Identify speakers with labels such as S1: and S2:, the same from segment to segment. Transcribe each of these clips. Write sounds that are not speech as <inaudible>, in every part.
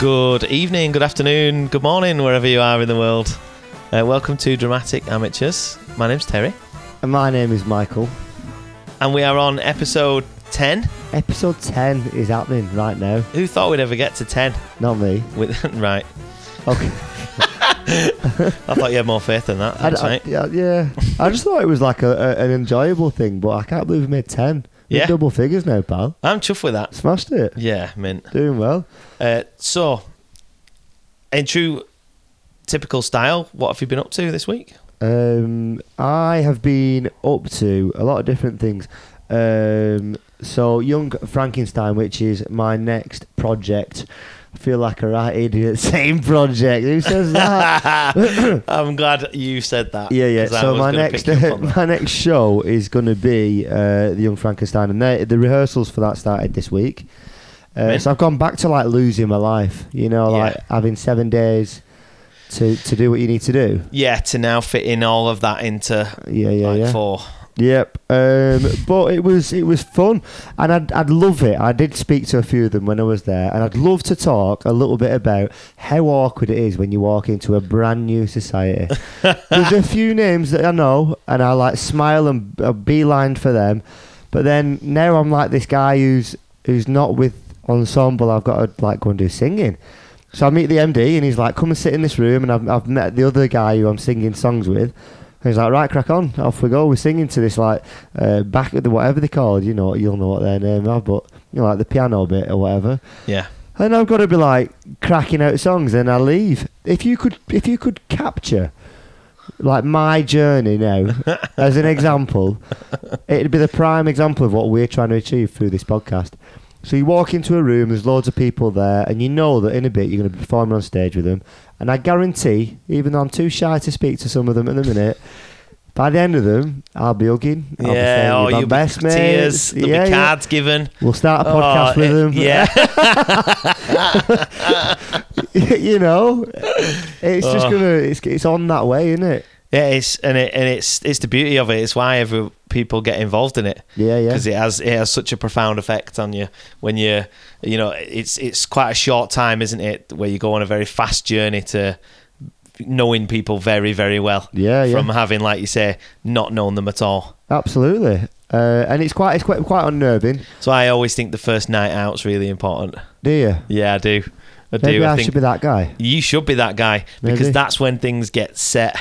S1: Good evening, good afternoon, good morning, wherever you are in the world. Uh, welcome to Dramatic Amateurs. My name's Terry,
S2: And my name is Michael.
S1: and we are on episode 10.
S2: Episode 10 is happening right now.
S1: Who thought we'd ever get to 10?
S2: Not me.
S1: With, <laughs> right.
S2: Okay.
S1: I thought you had more faith than that.
S2: I,
S1: Thanks,
S2: I-
S1: mate.
S2: yeah, yeah. I just thought it was like a, a- an enjoyable thing, but I can't believe we made 10. We're
S1: Yeah.
S2: double figures now, pal.
S1: I'm chuffed with that.
S2: Smashed it.
S1: Yeah, mint.
S2: Doing well.
S1: Uh, so, in true typical style, what have you been up to this week?
S2: Um, I have been up to a lot of different things. Um, so, Young Frankenstein, which is my next project. I feel like a right idiot. <laughs> Same project. Who says that?
S1: I'm glad you said that.
S2: Hmm. Yeah, yeah.
S1: 'cause I
S2: So
S1: was
S2: my
S1: gonna
S2: next
S1: pick you
S2: <laughs>
S1: up on that.
S2: my next show is going to be uh, the Young Frankenstein, and they, the rehearsals for that started this week. Uh,
S1: Mint.
S2: so I've gone back to like losing my life, you know,
S1: Yeah.
S2: like having seven days to to do what you need to do.
S1: yeah, to now fit in all of that into
S2: Yeah, yeah,
S1: like
S2: yeah.
S1: four.
S2: Yep. Um, but it was it was fun, and I'd I'd love it. I did speak to a few of them when I was there, and I'd love to talk a little bit about how awkward it is when you walk into a brand new society. There's a few names that I know, and I like smile and uh, beeline for them, but then now I'm like this guy who's who's not with ensemble. I've got to like go and do singing. So I meet the MD and he's like, "Come and sit in this room." And I've, I've met the other guy who I'm singing songs with. And he's like, "Right, crack on, off we go." We're singing to this like uh, back at the whatever they call it. You know, you'll know what their name are, but you know, like the piano bit or whatever.
S1: Yeah.
S2: And I've got to be like cracking out songs, and I leave. If you could, if you could capture like my
S1: <laughs>
S2: journey now as an example, it'd be the prime example of what we're trying to achieve through this podcast. So you walk into a room, there's loads of people there, and you know that in a bit you're going to be performing on stage with them. And I guarantee, even though I'm too shy to speak to some of them at the minute, by the end of them, I'll be hugging. I'll be saying,
S1: yeah,
S2: "You're
S1: oh,
S2: my
S1: you'll
S2: best
S1: be
S2: mate.
S1: tears. There'll
S2: Yeah,
S1: be
S2: yeah.
S1: cards given.
S2: We'll start a podcast
S1: Oh,
S2: with
S1: eh,
S2: them. <laughs>
S1: Yeah.
S2: you know, it's just
S1: Oh.
S2: gonna it's it's on that way, isn't it?
S1: yeah, it's and it and it's it's the beauty of it. It's why every people get involved in it.
S2: Yeah, yeah.
S1: Because it has it has such a profound effect on you when you you know, it's it's quite a short time, isn't it, where you go on a very fast journey to knowing people very, very well.
S2: Yeah, yeah.
S1: From having, like you say, not known them at all.
S2: Absolutely, uh, and it's quite it's quite quite unnerving.
S1: So I always think the first night out's really important.
S2: Do you?
S1: Yeah, I do. I do.
S2: Maybe I,
S1: think
S2: should be that guy.
S1: you should be that guy because
S2: Maybe.
S1: that's when things get set.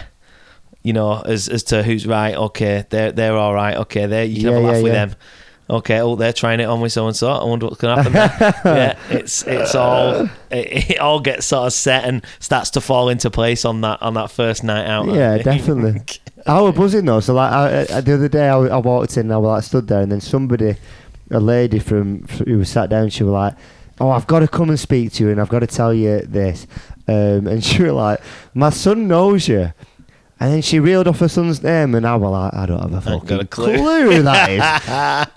S1: You know, as as to who's right. Okay, they're they're all right. Okay, there you can have
S2: Yeah,
S1: a laugh
S2: yeah,
S1: with
S2: yeah.
S1: them. Okay, oh, they're trying it on with so and so. I wonder what's going to
S2: <laughs>
S1: happen. there. yeah, it's it's all it, it all gets sort of set and starts to fall into place on that on that first night out. I
S2: Yeah,
S1: <laughs> think.
S2: definitely. I was buzzing though. So like I, I, the other day, I, I walked in and I was like stood there, and then somebody, a lady from who was sat down, she was like, "Oh, I've got to come and speak to you, and I've got to tell you this." Um, and <laughs> she was like, "My son knows you." And then she reeled off her son's name, and I was like, I don't have a
S1: Ain't
S2: fucking
S1: got a clue.
S2: who that is.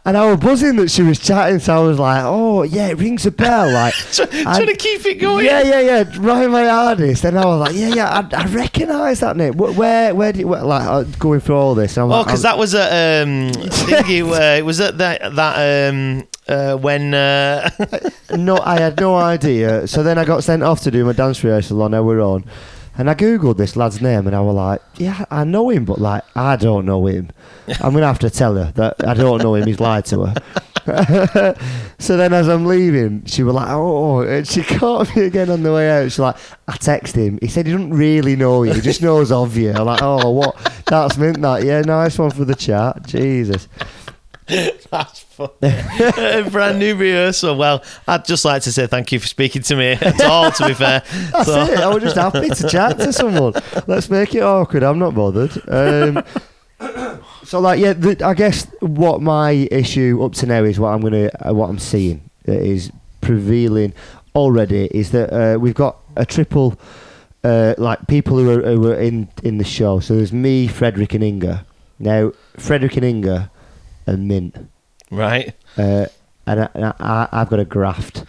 S1: <laughs>
S2: and I was buzzing that she was chatting, so I was like, oh, yeah, it rings a bell.
S1: <laughs>
S2: Like,
S1: Try-
S2: I-
S1: trying to keep it going.
S2: yeah, yeah, yeah. Try my hardest. And I was like, yeah, yeah. I, I recognise that name. Wh- Where, where did where, like uh, going through all this? And I'm
S1: Oh,
S2: like,
S1: because
S2: I'm-
S1: that was at
S2: <laughs>
S1: um, thingy, uh, it was at that that um, uh, when uh, <laughs>
S2: no, I had no idea. So then I got sent off to do my dance rehearsal on our own, and I googled this lad's name, and I was like, yeah, I know him, but like I don't know him. I'm gonna have to tell her that I don't know him. He's lied to her. <laughs> so then as I'm leaving, she was like, oh, and she caught me again on the way out. She's like, I text him. He said he doesn't really know you, he just knows of you. I'm like, oh, what? That's meant that. Yeah, nice one for the chat. Jesus.
S1: That's funny. <laughs> A brand new rehearsal. Well, I'd just like to say thank you for speaking to me at all, to be fair. <laughs>
S2: That's
S1: So,
S2: it. I was just happy to chat to someone. Let's make it awkward. I'm not bothered. Um, <coughs> so, like, yeah, the, I guess what my issue up to now is what I'm gonna, uh, what I'm seeing that is prevailing already is that uh, we've got a triple, uh, like people who are, who are in in the show. So there's me, Frederick, and Inga. Now, Frederick and Inga are mint
S1: Right.
S2: uh, and, I, and I, I've got a graft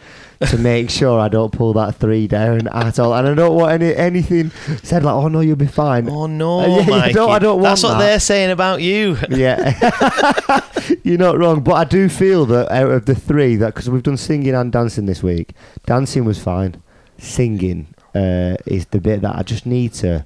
S2: to make <laughs> sure I don't pull that three down at all. And I don't want any anything said like, "Oh no, you'll be fine."
S1: Oh, no.
S2: Uh, yeah, yeah,
S1: Mikey.
S2: don't- I don't
S1: That's
S2: want
S1: what
S2: that.
S1: they're saying about you.
S2: Yeah, <laughs> you're not wrong, but I do feel that out of the three, that because we've done singing and dancing this week, dancing was fine. singing uh, is the bit that I just need to.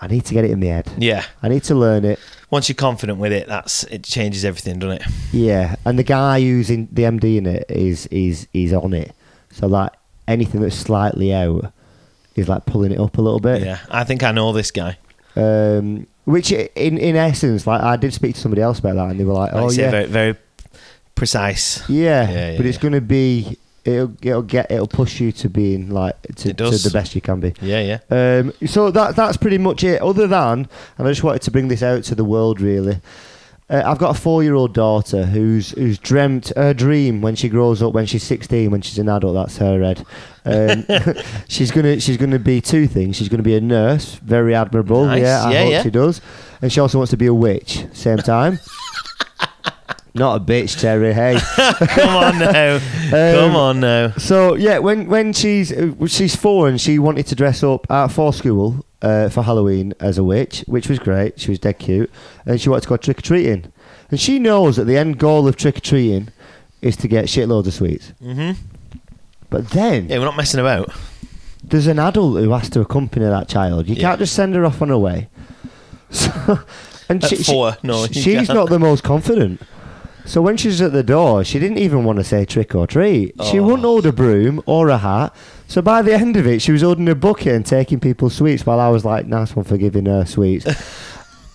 S2: I need to get it in my head.
S1: Yeah.
S2: I need to learn it.
S1: Once you're confident with it, that's it changes everything, doesn't it?
S2: Yeah, and the guy who's in the MD in it is is is on it. So like anything that's slightly out is like pulling it up a little bit.
S1: Yeah. I think I know this guy.
S2: Um, which i- in in essence, like I did speak to somebody else about that, and they were like,
S1: Like
S2: "Oh
S1: you say,
S2: yeah,
S1: very, very precise.
S2: yeah,
S1: Yeah, yeah,
S2: but it's
S1: yeah.
S2: going to be it'll it'll get it'll push you to being like to,
S1: It
S2: to
S1: does.
S2: the best you can be.
S1: Yeah,
S2: <laughs>
S1: yeah.
S2: Um, so that that's pretty much it. Other than, and I just wanted to bring this out to the world really. Uh, I've got a four-year-old daughter who's who's dreamt her dream when she grows up, when she's sixteen, when she's an adult. That's her head.
S1: <laughs>
S2: Um, <laughs> she's gonna she's gonna be two things. She's gonna be a nurse, very admirable.
S1: Nice.
S2: Yeah, I
S1: Yeah,
S2: hope
S1: yeah.
S2: she does. And she also wants to be a witch.
S1: <laughs>
S2: Same time. Not a bitch, Terry. Hey.
S1: Come on now.
S2: Um,
S1: Come on now.
S2: So yeah, when when she's uh, she's four and she wanted to dress up uh, for school uh, for Halloween as a witch, which was great. She was dead cute, and she wanted to go trick or treating. And she knows that the end goal of trick or treating is to get shitloads of sweets.
S1: hmm
S2: But then
S1: Yeah, we're not messing about.
S2: there's an adult who has to accompany that child. You
S1: Yeah.
S2: can't just send her off on her way. <laughs> So, and
S1: At
S2: she, she-
S1: four, no, you
S2: she's
S1: can't.
S2: not the most confident. So when she's at the door, she didn't even want to say trick or treat. She
S1: Oh.
S2: wouldn't hold a broom or a hat. So by the end of it, she was holding a bucket and taking people's sweets while I was like, nice one for giving
S1: <laughs>
S2: her sweets.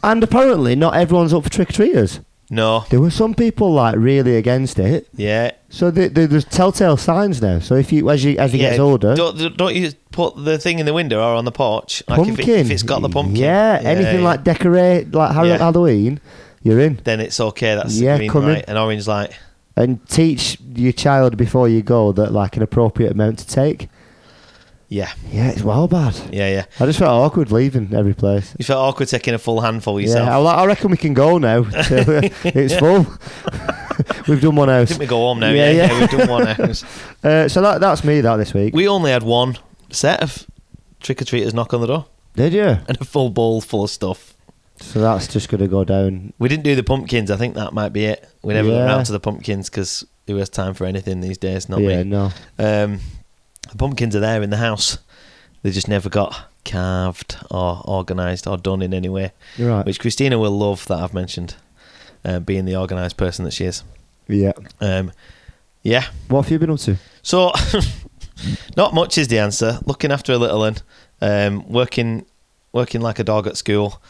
S2: and apparently, not everyone's up for trick or treaters.
S1: No.
S2: There were some people like really against it.
S1: Yeah.
S2: So the, the, there's telltale signs now. So if you as you as he
S1: yeah.
S2: gets older,
S1: Don't, don't you put the thing in the window or on the porch? Like
S2: pumpkin.
S1: If, it, if it's got the pumpkin.
S2: Yeah, anything
S1: yeah.
S2: like decorate, like Har-
S1: Yeah.
S2: Halloween, you're in.
S1: Then it's okay. That's
S2: Yeah,
S1: green
S2: come in.
S1: light and orange light.
S2: And teach your child before you go that like an appropriate amount to take.
S1: Yeah.
S2: Yeah, it's well bad.
S1: Yeah, yeah.
S2: I just felt awkward leaving every place.
S1: You felt awkward taking a full handful yourself.
S2: Yeah, I, I reckon we can go
S1: <laughs>
S2: now. <laughs> it's full. <laughs> We've done one
S1: I
S2: house.
S1: think we go home now. Yeah,
S2: Yeah, yeah.
S1: yeah. we've done one
S2: <laughs>
S1: house.
S2: Uh, so that that's me that this week.
S1: We only had one set of trick or treaters knock on the door
S2: Did you?
S1: and a full bowl full of stuff.
S2: So that's just gonna go down.
S1: We didn't do the pumpkins. I think that might be it. We never got
S2: Yeah.
S1: around to the pumpkins because who has time for anything these days? Not
S2: yeah,
S1: me.
S2: no.
S1: Um, the pumpkins are there in the house. They just never got carved or organised or done in any way,
S2: You're right.
S1: which Christina will love that I've mentioned, uh, being the organised person that she is.
S2: yeah.
S1: Um, yeah.
S2: What have you been up to?
S1: So, <laughs> not much is the answer. Looking after a little one, um, working, working like a dog at school.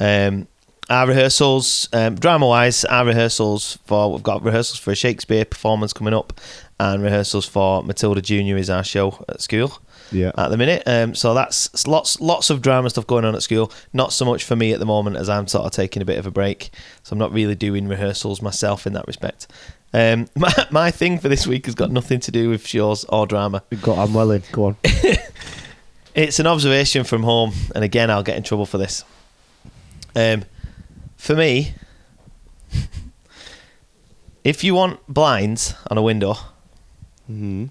S1: Um, our rehearsals, um, drama wise, our rehearsals for we've got rehearsals for a Shakespeare performance coming up, and rehearsals for Matilda Junior is our show at school
S2: Yeah.
S1: at the minute. Um, so that's lots lots of drama stuff going on at school. Not so much for me at the moment as I'm sort of taking a bit of a break. So I'm not really doing rehearsals myself in that respect. Um, <laughs> my, my thing for this week has got nothing to do with yours or drama.
S2: Got, I'm well in. Go
S1: <laughs>
S2: on.
S1: It's an observation from home, and again, I'll get in trouble for this. Um, for me, <laughs> if you want blinds on a window,
S2: hmm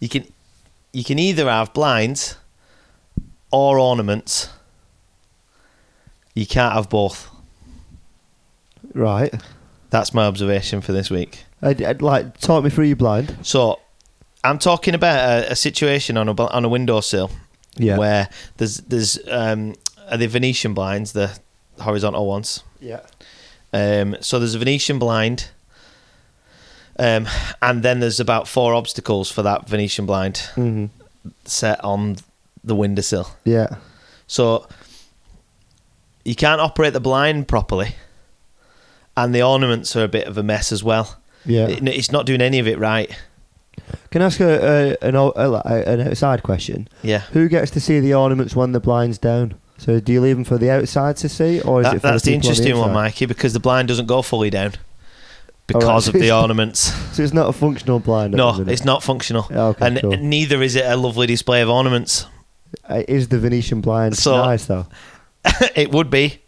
S1: You can you can either have blinds or ornaments. You can't have both.
S2: Right.
S1: That's my observation for this week.
S2: I'd, I'd, Uh, like talk me through your blind.
S1: So, I'm talking about a, a situation on a bl- on a windowsill where there's there's um are the Venetian blinds the horizontal ones.
S2: yeah.
S1: Um, so there's a Venetian blind, um, and then there's about four obstacles for that Venetian blind
S2: hmm
S1: set on the windowsill.
S2: Yeah.
S1: So you can't operate the blind properly, and the ornaments are a bit of a mess as well.
S2: Yeah.
S1: It- it's not doing any of it right.
S2: Can I ask a, a, an, o- a, like, an outside question?
S1: Yeah,
S2: Who gets to see the ornaments when the blind's down? So do you leave them for the outside to see, or is
S1: That-
S2: it for
S1: that's the
S2: people on
S1: interesting one,
S2: inside?
S1: Mikey, because the blind doesn't go fully down because
S2: so
S1: of
S2: <laughs>
S1: the
S2: it's not-
S1: ornaments.
S2: So it's not a functional blind.
S1: No, it's not functional,
S2: Okay,
S1: and
S2: cool.
S1: neither is it a lovely display of ornaments. <laughs>
S2: not. It is the Venetian blind
S1: So-
S2: nice though?
S1: it would be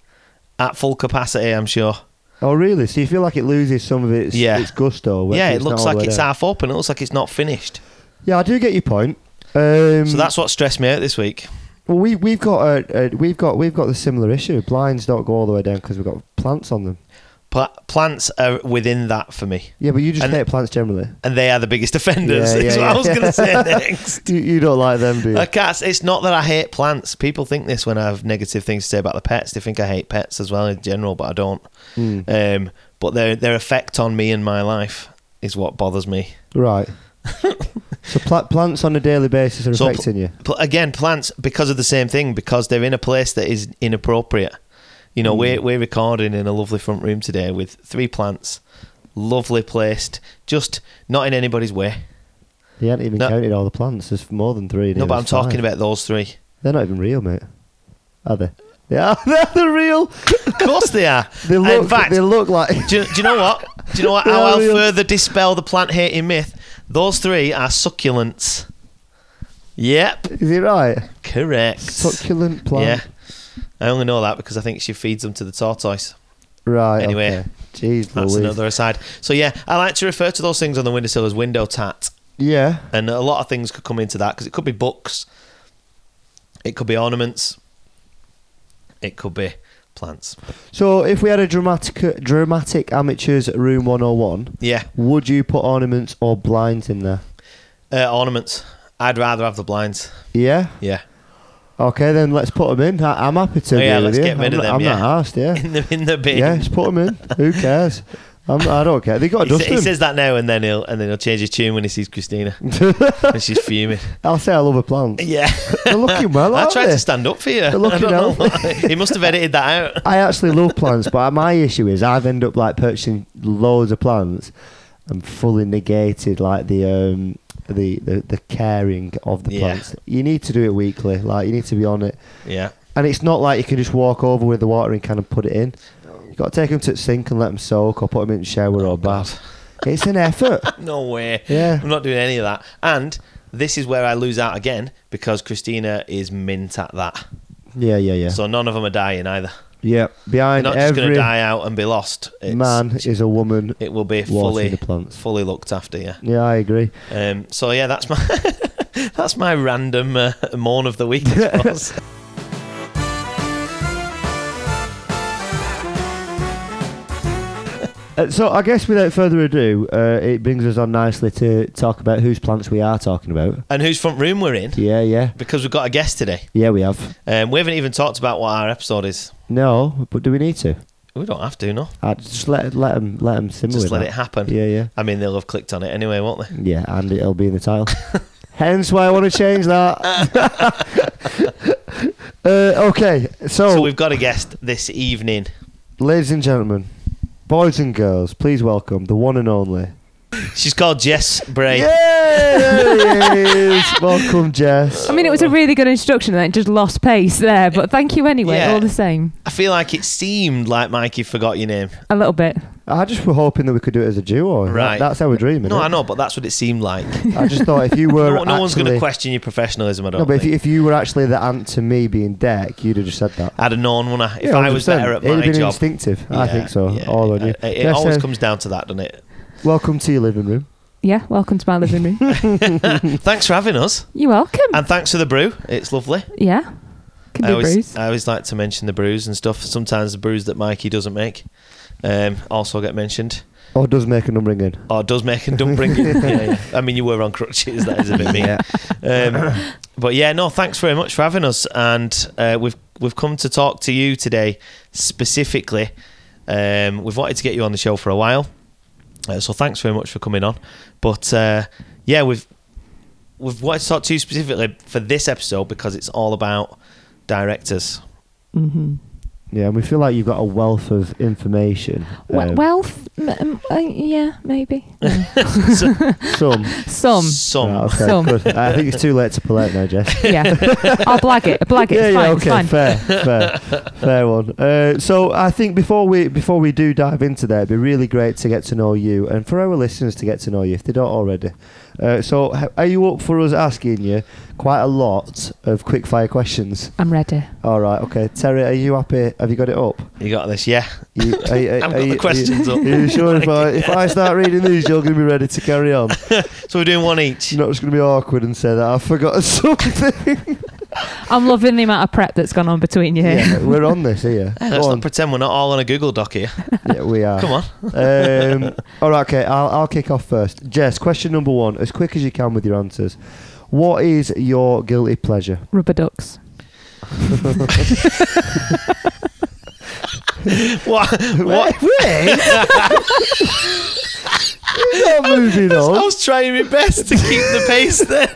S1: at full capacity, I'm sure.
S2: Oh really? So you feel like it loses some of its
S1: Yeah.
S2: its gusto? when
S1: yeah, it
S2: it's not
S1: looks
S2: all the
S1: like
S2: way
S1: it's
S2: down.
S1: half open. It looks like it's not finished.
S2: Yeah, I do get your point. Um,
S1: So that's what stressed me out this week.
S2: well, we we've got a, a we've got we've got the similar issue. Blinds don't go all the way down because we've got plants on them.
S1: Pla- plants are within that for me,
S2: Yeah, but you just
S1: And-
S2: hate plants generally.
S1: and they are the biggest <laughs> offenders.
S2: Yeah,
S1: is
S2: yeah,
S1: what I was
S2: yeah.
S1: going to say next.
S2: You, you don't like them, do you?
S1: Uh, cats. It's not that I hate plants. People think this when I have negative things to say about the pets. They think I hate pets as well in general, but I don't. Um, but their their effect on me and my life is what bothers me.
S2: <laughs> Right. so pla- plants on a daily basis are
S1: So pl-
S2: affecting you.
S1: Pl- again, plants because of the same thing because they're in a place that is inappropriate. You know,
S2: Mm.
S1: we're we're recording in a lovely front room today with three plants, lovely placed, just not in anybody's way.
S2: He hadn't even
S1: No.
S2: counted all the plants. There's more than three. and
S1: No,
S2: he
S1: but
S2: was
S1: I'm talking
S2: five.
S1: about those three.
S2: They're not even real, mate. Are they? Yeah, <laughs> they're the real.
S1: Of course they are.
S2: They look.
S1: in fact,
S2: they
S1: <laughs>
S2: look like. <laughs>
S1: do, you- do you know what? Do you know what?
S2: They
S1: How
S2: are
S1: I'll
S2: real.
S1: further dispel the plant hating myth. Those three are succulents. Yep,
S2: Is it right?
S1: correct.
S2: Succulent plant.
S1: Yeah, I only know that because I think she feeds them to the tortoise.
S2: Right.
S1: Anyway,
S2: Okay. Jeez,
S1: That's
S2: Louise.
S1: another aside. So yeah, I like to refer to those things on the windowsill as window tat,
S2: Yeah.
S1: and a lot of things could come into that because it could be books, it could be ornaments, it could be plants.
S2: So if we had a dramatic, dramatic amateurs room 101,
S1: Yeah,
S2: would you put ornaments or blinds in there?
S1: uh, ornaments. I'd rather have the blinds.
S2: Yeah.
S1: Yeah,
S2: Okay, then let's put them in. I, I'm happy to
S1: Oh,
S2: agree
S1: yeah,
S2: with
S1: let's
S2: you.
S1: get rid
S2: I'm,
S1: of them,
S2: I'm
S1: yeah.
S2: not
S1: <laughs>
S2: asked. Yeah.
S1: <laughs> in the in the bin.
S2: Yeah, just put them in. Who cares? I'm, I Oh, don't care. They
S1: <laughs>
S2: got to
S1: He,
S2: dust
S1: sa- he
S2: them.
S1: says that now and then he'll and then he'll change his tune when he sees
S2: <laughs>
S1: Christina and she's fuming.
S2: I'll say I love a plant.
S1: Yeah, <laughs>
S2: They're looking well,
S1: I
S2: aren't
S1: tried
S2: they?
S1: to stand up for you. I
S2: looking
S1: don't know
S2: out.
S1: why. He must have edited that out.
S2: I actually love plants, but my issue is I've ended up like purchasing loads of plants and fully negated like the um the the, the caring of the
S1: Yeah.
S2: plants. You need to do it weekly. Like you need to be on it,
S1: Yeah,
S2: and it's not like you can just walk over with the watering can and put it in. You got to take them to the sink and let them soak, or put them in the shower or bath. It's an effort.
S1: no way.
S2: Yeah.
S1: I'm not doing any of that. And this is where I lose out again because Christina is mint at that.
S2: <laughs> Yeah, yeah, yeah.
S1: So none of them are dying either.
S2: yeah.
S1: They're
S2: Behind
S1: not just going
S2: every
S1: to die out and be lost. It's,
S2: man is a woman.
S1: it will be
S2: watering
S1: fully
S2: the plants.
S1: fully looked after. Yeah.
S2: Yeah, I agree.
S1: Um, so yeah, that's my <laughs> that's my random uh, morn of the week. I
S2: <laughs>
S1: suppose.
S2: Uh, so I guess without further ado, uh, it brings us on nicely to talk about whose plants we are talking about.
S1: and whose front room we're in
S2: Yeah, yeah,
S1: because we've got a guest today.
S2: yeah. We have
S1: Um, we haven't even talked about what our episode is.
S2: no, but do we need to?
S1: We don't have to, no.
S2: Uh, just let let them let them simmer
S1: Just
S2: with
S1: let
S2: that.
S1: it happen.
S2: Yeah, yeah,
S1: I mean, they'll have clicked on it anyway, won't they?
S2: yeah. And it'll be in the title. <laughs> Hence why I want to change that. <laughs> uh, okay, so,
S1: So we've got a guest this evening.
S2: ladies and gentlemen, boys and girls, please welcome the one and only.
S1: She's called Jess Bray.
S2: Yay! There he is. welcome, Jess.
S3: I mean, it was a really good introduction and it just lost pace there, but thank you anyway,
S1: Yeah.
S3: all the same.
S1: I feel like it seemed like Mikey forgot your name.
S3: A little bit.
S2: I just were hoping that we could do it as a duo. That-
S1: Right.
S2: that's how we're dreaming.
S1: No,
S2: it?
S1: I know, but that's what it seemed
S2: <laughs>
S1: like.
S2: I just thought
S1: <laughs>
S2: if you were
S1: No, no one's going to
S2: actually-
S1: question your professionalism, I don't
S2: No, but if you,
S1: think.
S2: if you were actually the ant to me being Deck, you'd have just said that.
S1: I'd have known, wouldn't I? If
S2: Yeah,
S1: I was
S2: 100%.
S1: better at
S2: it'd
S1: my
S2: have been
S1: job.
S2: instinctive. I
S1: Yeah,
S2: think so.
S1: yeah.
S2: all on you.
S1: It, it
S2: Yes,
S1: always
S2: uh,
S1: comes down to that, doesn't it?
S2: Welcome to your living room.
S3: Yeah, welcome to my living
S2: <laughs>
S3: room.
S1: thanks for having us,
S3: You're welcome.
S1: and thanks for the brew. It's lovely.
S3: yeah. Can
S1: I
S3: do
S1: always,
S2: uh,
S3: brews.
S1: I always like to mention the brews and stuff. Sometimes the brews that Mikey doesn't make um, also get mentioned,
S2: Or Oh, does make a numbering in.
S1: or does make and don't bring it. yeah, yeah. I mean, you were on crutches. That is a bit mean. Um, but yeah, no, thanks very much for having us, and uh, we've we've come to talk to you today specifically. Um, we've wanted to get you on the show for a while, uh, so thanks very much for coming on. But uh, yeah, we've we've wanted to talk to you specifically for this episode because it's all about directors.
S3: hmm
S2: Yeah, and we feel like you've got a wealth of information.
S3: We-
S2: Um,
S3: wealth? M- um, uh, yeah, maybe. No.
S1: So-
S3: <laughs>
S2: some. <laughs>
S3: Some.
S1: some.
S2: Ah, okay,
S3: Some.
S2: good. I think it's too late to pull out now, Jess.
S3: Yeah. I'll blag it. Blag it.
S2: yeah,
S3: it's fine.
S2: yeah,
S3: It's
S2: okay,
S3: fine.
S2: fair, fair, fair one. Uh, so I think before we before we do dive into that, it'd be really great to get to know you and for our listeners to get to know you if they don't already. Uh, so h- are you up for us asking you quite a lot of quick fire questions?
S3: I'm ready.
S2: All right, okay. Terry, are you happy? Have you got it up?
S1: You got this, yeah. <laughs>
S2: You, are, you-
S1: I've
S2: are
S1: got the
S2: you- are you-
S1: questions up.
S2: Are you sure
S1: <laughs>
S2: if I, if I start reading these, you're going to be ready to carry on?
S1: So we're doing one each.
S2: You're not just going to be awkward and say that I've forgotten <laughs> something.
S3: I'm loving the amount of prep that's gone on between you.
S2: Yeah, we're on this here.
S1: <laughs> Hey,
S2: Go
S1: let's
S2: on.
S1: not pretend we're not all on a Google Doc here.
S2: Yeah, we
S1: <laughs>
S2: are.
S1: Come on. <laughs>
S2: um, all right, okay. I'll, I'll kick off first. Jess, question number one, as quick as you can with your answers. What is your guilty pleasure?
S3: <laughs> Rubber ducks.
S1: What? <laughs> What?
S2: Wait,
S1: <laughs>
S2: We're not moving
S1: I
S2: on.
S1: was trying my best to keep the pace then,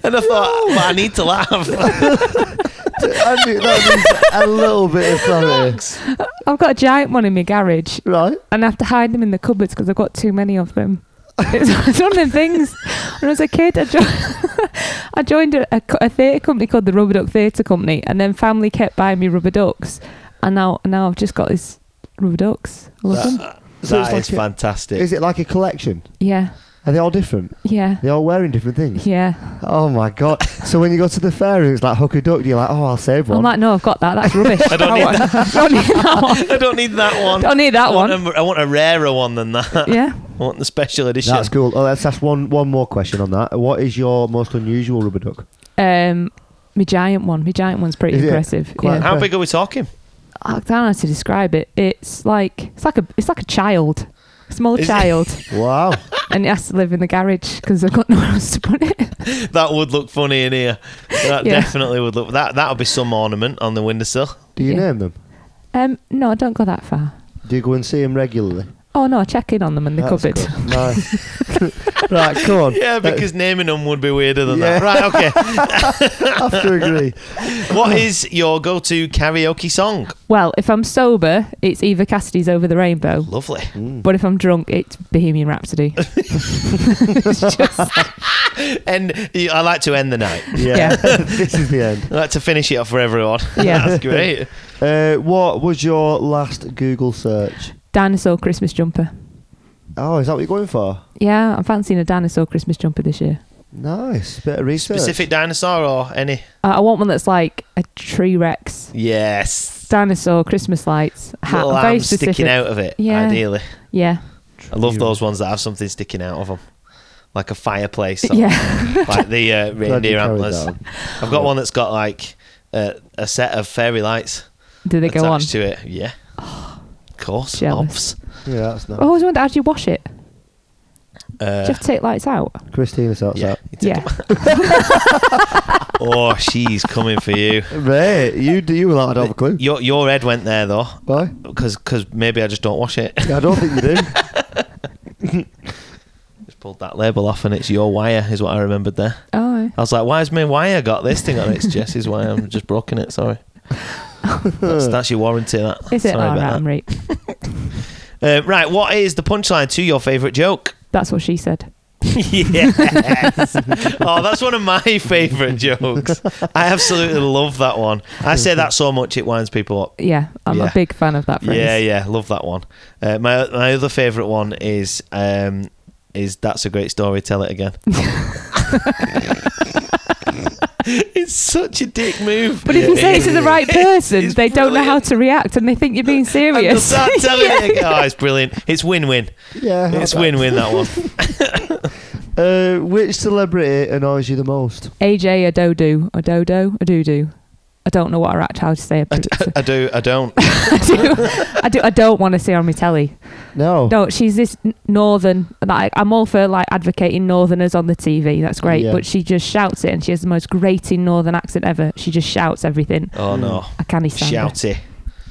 S1: <laughs> and I thought, "Well, I need to <laughs> laugh.
S2: I need- that needs a little
S1: <laughs>
S2: bit of clarity.
S3: I've got a giant one in my garage,
S2: Right?
S3: and I have to hide them in the cupboards because I've got too many of them. it's, <laughs> it's one of the things. When I was a kid, I, jo- <laughs> I joined a, a, co- a theatre company called the Rubber Duck Theatre Company, and then family kept buying me rubber ducks, and now now I've just got these rubber ducks. I love them.
S2: So
S1: that
S2: it's
S1: is
S2: like a-
S1: fantastic.
S2: Is it like a collection?
S3: Yeah,
S2: Are they all different?
S3: yeah,
S2: They're all wearing different things.
S3: yeah.
S2: Oh my god! So when you go to the fair and it's like hook a duck, you're like, oh, I'll save one.
S3: I'm like, no, I've got that. That's rubbish.
S1: I don't
S3: That
S1: need
S3: one. <laughs> don't need that one.
S1: I don't need that one.
S3: Don't
S1: <laughs>
S3: need
S1: I
S3: that
S1: want,
S3: one.
S1: a, I want a rarer one than that.
S3: Yeah.
S1: <laughs> I want the special edition.
S2: That's cool. Oh, let's ask one one more question on that. What is your most unusual rubber duck?
S3: Um, my giant one. My giant one's pretty
S2: Is it
S3: impressive.
S2: quite-
S3: Yeah.
S1: How big are we talking?
S3: I don't know how to describe it. It's like it's like a it's like a child, a small
S1: Is it-
S3: child,
S1: <laughs>
S2: Wow!
S3: and it has to live in the garage because I've got <laughs> nowhere else to put it.
S1: That would look funny in here. That
S3: Yeah.
S1: definitely would look. That that would be some ornament on the windowsill.
S2: Do you
S3: Yeah.
S2: name them?
S3: Um, no, I don't go that far.
S2: Do you go and see them regularly?
S3: Oh no, I check in on them in the
S2: That's
S3: cupboard.
S2: good.
S3: <laughs>
S2: Nice. <laughs> right, come on.
S1: Yeah, because naming them would be weirder than
S2: Yeah.
S1: that. <laughs> Right, okay.
S2: I have to agree.
S1: what is your go-to karaoke song?
S3: Well, if I'm sober, it's either Cassidy's Over the Rainbow,
S1: Lovely.
S2: Mm.
S3: but if I'm drunk, it's Bohemian
S1: <laughs>
S3: Rhapsody. it's just
S1: And you- I like to end the night.
S2: Yeah,
S3: <laughs> Yeah.
S2: <laughs> this is the end.
S1: I like to finish it off for everyone.
S3: <laughs> Yeah.
S1: That's great.
S2: Uh, what was your last Google search?
S3: dinosaur Christmas jumper.
S2: Oh, is that what you're going for?
S3: Yeah, I'm fancying a dinosaur Christmas jumper this year.
S2: Nice bit of research.
S1: Specific dinosaur or any?
S3: Uh, I want one that's like a Tree Rex,
S1: Yes.
S3: dinosaur Christmas lights, hat,
S1: Little
S3: very
S1: arms
S3: specific.
S1: sticking out of it,
S3: Yeah.
S1: ideally.
S3: Yeah,
S1: I love those ones that have something sticking out of them, like a fireplace. Or
S3: <laughs> yeah.
S1: Like the uh,
S2: Glad you
S1: reindeer
S2: carried
S1: antlers.
S2: that on.
S1: I've got one that's got like uh, a set of fairy lights
S3: Do they
S1: attached
S3: go on?
S1: to it.
S3: <sighs>
S1: Yeah. Of course.
S3: Jealous.
S1: obvs.
S2: Yeah, that's
S3: I
S2: nice.
S3: always wondered how do you wash it? Do you
S1: Uh,
S3: have to take lights out?
S2: Christina sorts
S1: yeah.
S2: that.
S1: <laughs> you take
S3: Yeah.
S1: them- Oh, she's coming for you.
S2: Mate, you do you were like I don't have a clue.
S1: Your your head went there though,
S2: Why?
S1: because maybe <laughs> I just don't wash it. <laughs>
S2: I don't think you do.
S1: just pulled that label off and it's your wire is what I remembered there.
S3: Oh.
S1: I was like, why's my wire got this thing on it? It's Jess's wire. I'm just broken it. Sorry. That's,
S2: <laughs>
S1: that's your warranty. That
S3: Is
S1: <laughs>
S3: it? Oh,
S1: Sorry
S3: All right,
S1: about
S3: I'm right.
S1: that. Uh, right. What is the punchline to your favourite joke? <laughs>
S3: That's what she said.
S1: yes. <laughs> oh, that's one of my favourite jokes. I absolutely love that one. I say that so much it winds people up.
S3: Yeah, I'm
S1: Yeah.
S3: a big fan of that phrase.
S1: Yeah, yeah, love that one. Uh, my my other favourite one is um, is that's a great story. Tell it again. <laughs> it's such a dick move.
S3: But if you say it to the right person,
S1: It's
S3: they don't know how
S1: brilliant.
S3: to react and they think you're being
S1: <laughs> And they'll
S3: serious. <laughs>
S1: start telling it again. Oh, it's brilliant. It's win win.
S2: Yeah.
S1: It's
S2: I-
S1: win win that
S3: <laughs>
S1: one.
S2: Uh, which celebrity annoys you the most?
S3: AJ a dodo, a dodo, a doodoo. I don't know what I act- how
S1: <laughs>
S3: to say it.
S1: I, d- I do. I don't.
S3: I do, <laughs> I do. I don't want to see her on my telly.
S2: No.
S3: No, she's this n- northern. Like, I'm all for like advocating northerners on the TV. That's great,
S2: Yeah.
S3: but she just shouts it, and she has the most grating northern accent ever. She just shouts everything.
S1: Oh no.
S3: I can't stand her.
S1: Shouty.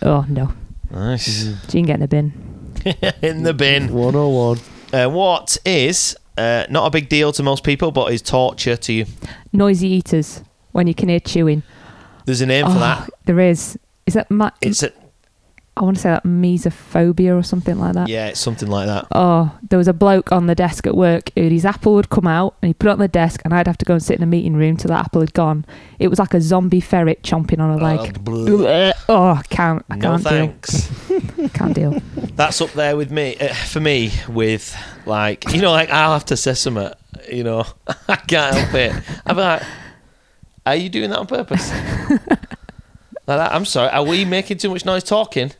S3: Oh no,
S1: Nice. <laughs>
S3: she can get in the bin.
S1: In the bin.
S2: 101.
S1: Uh, what is uh, not a big deal to most people, but is torture to you?
S3: Noisy eaters when you can hear chewing.
S1: There's a name for
S3: Oh,
S1: that.
S3: There is. Is that ma-
S1: It's a
S3: I want to say that mesophobia or something like that.
S1: yeah, it's something like that.
S3: Oh, there was a bloke on the desk at work who his apple would come out and he'd put it on the desk and I'd have to go and sit in a meeting room till that apple had gone. It was like a zombie ferret chomping on a leg.
S1: Oh, bleh.
S3: Oh, I can't. I
S1: no
S3: can't
S1: thanks.
S3: deal. I
S1: <laughs>
S3: can't deal.
S1: That's up there with me. Uh, for me, with like you know, like I'll have to say something. You know, <laughs> I can't help it. I'm like, are you doing that on
S3: <laughs>
S1: purpose? like that. I'm sorry. Are we making too much noise talking?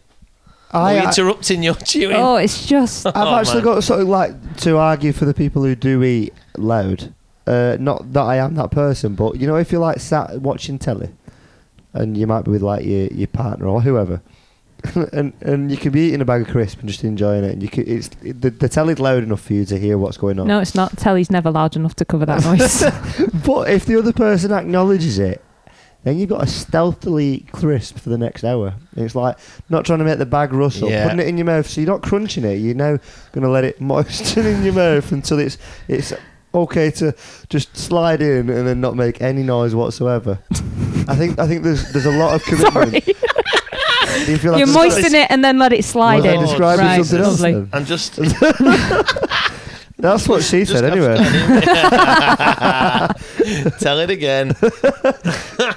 S1: Are we
S2: I, I,
S1: interrupting your chewing?
S3: Oh, it's
S1: <laughs>
S3: just.
S2: I've
S1: Oh,
S2: actually
S1: man.
S2: got sort of like to argue for the people who do eat loud. Uh, not that I am that person, but you know, if you're like sat watching telly, and you might be with like your, your partner or whoever, <laughs> and and you could be eating a bag of crisp and just enjoying it, and you could it's the, the telly's loud enough for you to hear what's going on.
S3: No, it's not. Telly's never loud enough to
S1: <laughs>
S3: cover that noise.
S2: But if the other person acknowledges it, then you've got to stealthily eat crisp for the next hour. It's like not trying to make the bag rush up,
S1: Yeah.
S2: putting it in your mouth. So you're not crunching it. You're now going to let it <laughs> moisten in your mouth until it's it's okay to just slide in and then not make any noise whatsoever. I think I think there's there's a lot of commitment.
S3: Sorry.
S2: You feel like
S3: You
S2: there's-
S3: moisten it and then let it slide
S2: Was I
S3: in.
S2: describing
S3: right,
S2: something else
S3: lovely.
S2: then?
S1: I'm just.
S2: That's what she
S1: just
S2: said
S1: I've
S2: anyway.
S1: got an
S2: <laughs>
S1: im- Tell it again. I've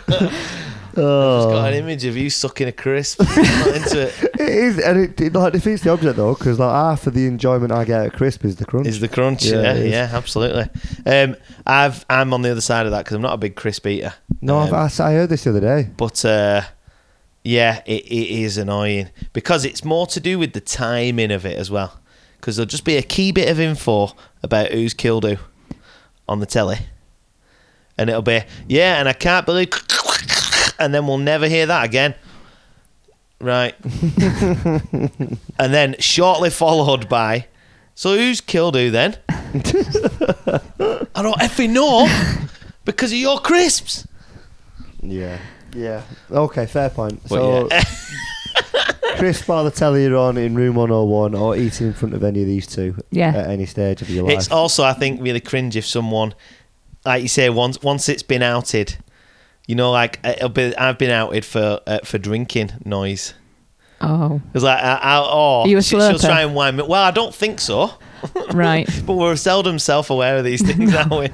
S1: just
S2: Oh.
S1: got an image of you sucking a crisp. I'm not into it.
S2: It is, and it, it like defeats the object though, because like half of the enjoyment I get at crisp is the crunch.
S1: Is the crunch?
S2: Yeah,
S1: Yeah,
S2: it is.
S1: yeah, absolutely. Um, I've I'm on the other side of that because I'm not a big crisp eater.
S2: no, I've,
S1: Um,
S2: I, s- I heard this the other day.
S1: But uh, yeah, it, it is annoying because it's more to do with the timing of it as well. Because there'll just be a key bit of info about who's killed who on the telly, and it'll be yeah, and I can't believe, <laughs> and then we'll never hear that again. Right, <laughs> and then shortly followed by, so who's killed who then? <laughs> I don't effing know because of your crisps.
S2: Yeah. Yeah. Okay, fair point.
S1: But
S2: so, <laughs> crisp by the telly you're on in room 101 or eating in front of any of these two
S3: Yeah.
S2: at any stage of your life.
S1: It's also, I think, really cringe if someone, like you say, once once it's been outed, you know, like uh, it'll be, I've been outed for uh, for drinking noise.
S3: Oh,
S1: It's like, I, I, oh,
S3: Are you a
S1: she, will
S3: slurper?
S1: try and wind me. Well, I don't think so,
S3: Oh,
S1: <laughs>
S3: right.
S1: but we're seldom self-aware of these things, <laughs> aren't we?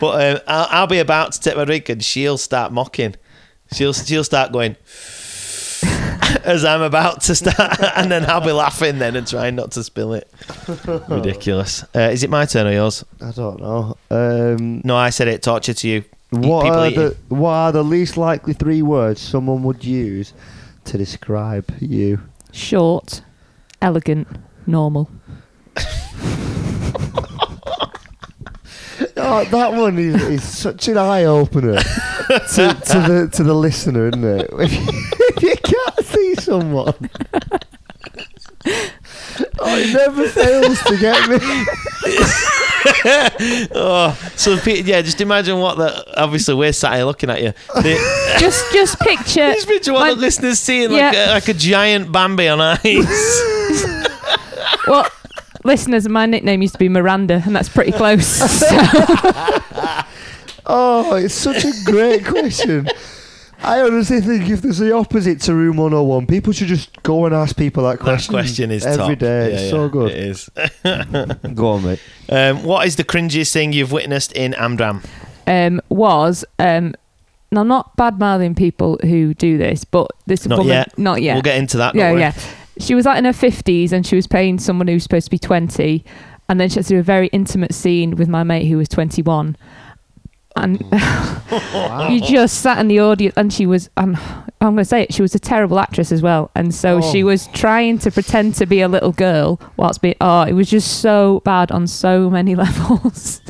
S1: But um, I'll, I'll be about to take my drink, and she'll start mocking. She'll she'll start going. <laughs> As I'm about to start, <laughs> and then I'll be laughing then and trying not to spill it. Ridiculous. Uh, is it my turn or yours?
S2: I don't know. Um,
S1: No, I said it. Torture to you.
S2: what,
S1: people
S2: are
S1: eating.
S2: the, what are the least likely three words someone would use to describe you?
S3: Short, elegant, normal.
S2: Oh, that one is, is such an eye opener to, to the to the listener, isn't it? <laughs> If you, if you can't see someone, oh, it never fails to get me.
S1: Oh, so pe- yeah, just imagine what the. Obviously, we're sat here looking at you. The,
S3: Just,
S1: <laughs>
S3: just picture.
S1: just picture what
S3: my-
S1: the listeners seeing,
S3: Yeah.
S1: like a, like a giant Bambi on ice.
S3: <laughs> <laughs> well, listeners, my nickname used to be Miranda, and that's
S1: <laughs>
S3: pretty close. So,
S2: Oh, it's such a great question. I honestly think if there's the opposite to Room 101, people should just go and ask people that
S1: that
S2: question.
S1: question is
S2: every
S1: top.
S2: day. it's
S1: Yeah,
S2: so
S1: yeah,
S2: good.
S1: It is.
S2: Go on, mate.
S1: Um, what is the cringiest thing you've witnessed in Amdram?
S3: um, was um, now not bad mouthing people who do this, but this
S1: Not
S3: woman,
S1: yet.
S3: not yet.
S1: We'll get into that. don't
S3: yeah,
S1: worry.
S3: yeah. She was like in her fifties, and she was playing someone who's supposed to be twenty, and then she had to do a very intimate scene with my mate who was twenty-one, and
S2: Ah,
S3: you just sat in the audience. And she was, um, I'm going to say it, she was a terrible actress as well, and so
S2: Oh.
S3: she was trying to pretend to be a little girl whilst being. Oh, it was just so bad on so many <laughs> levels.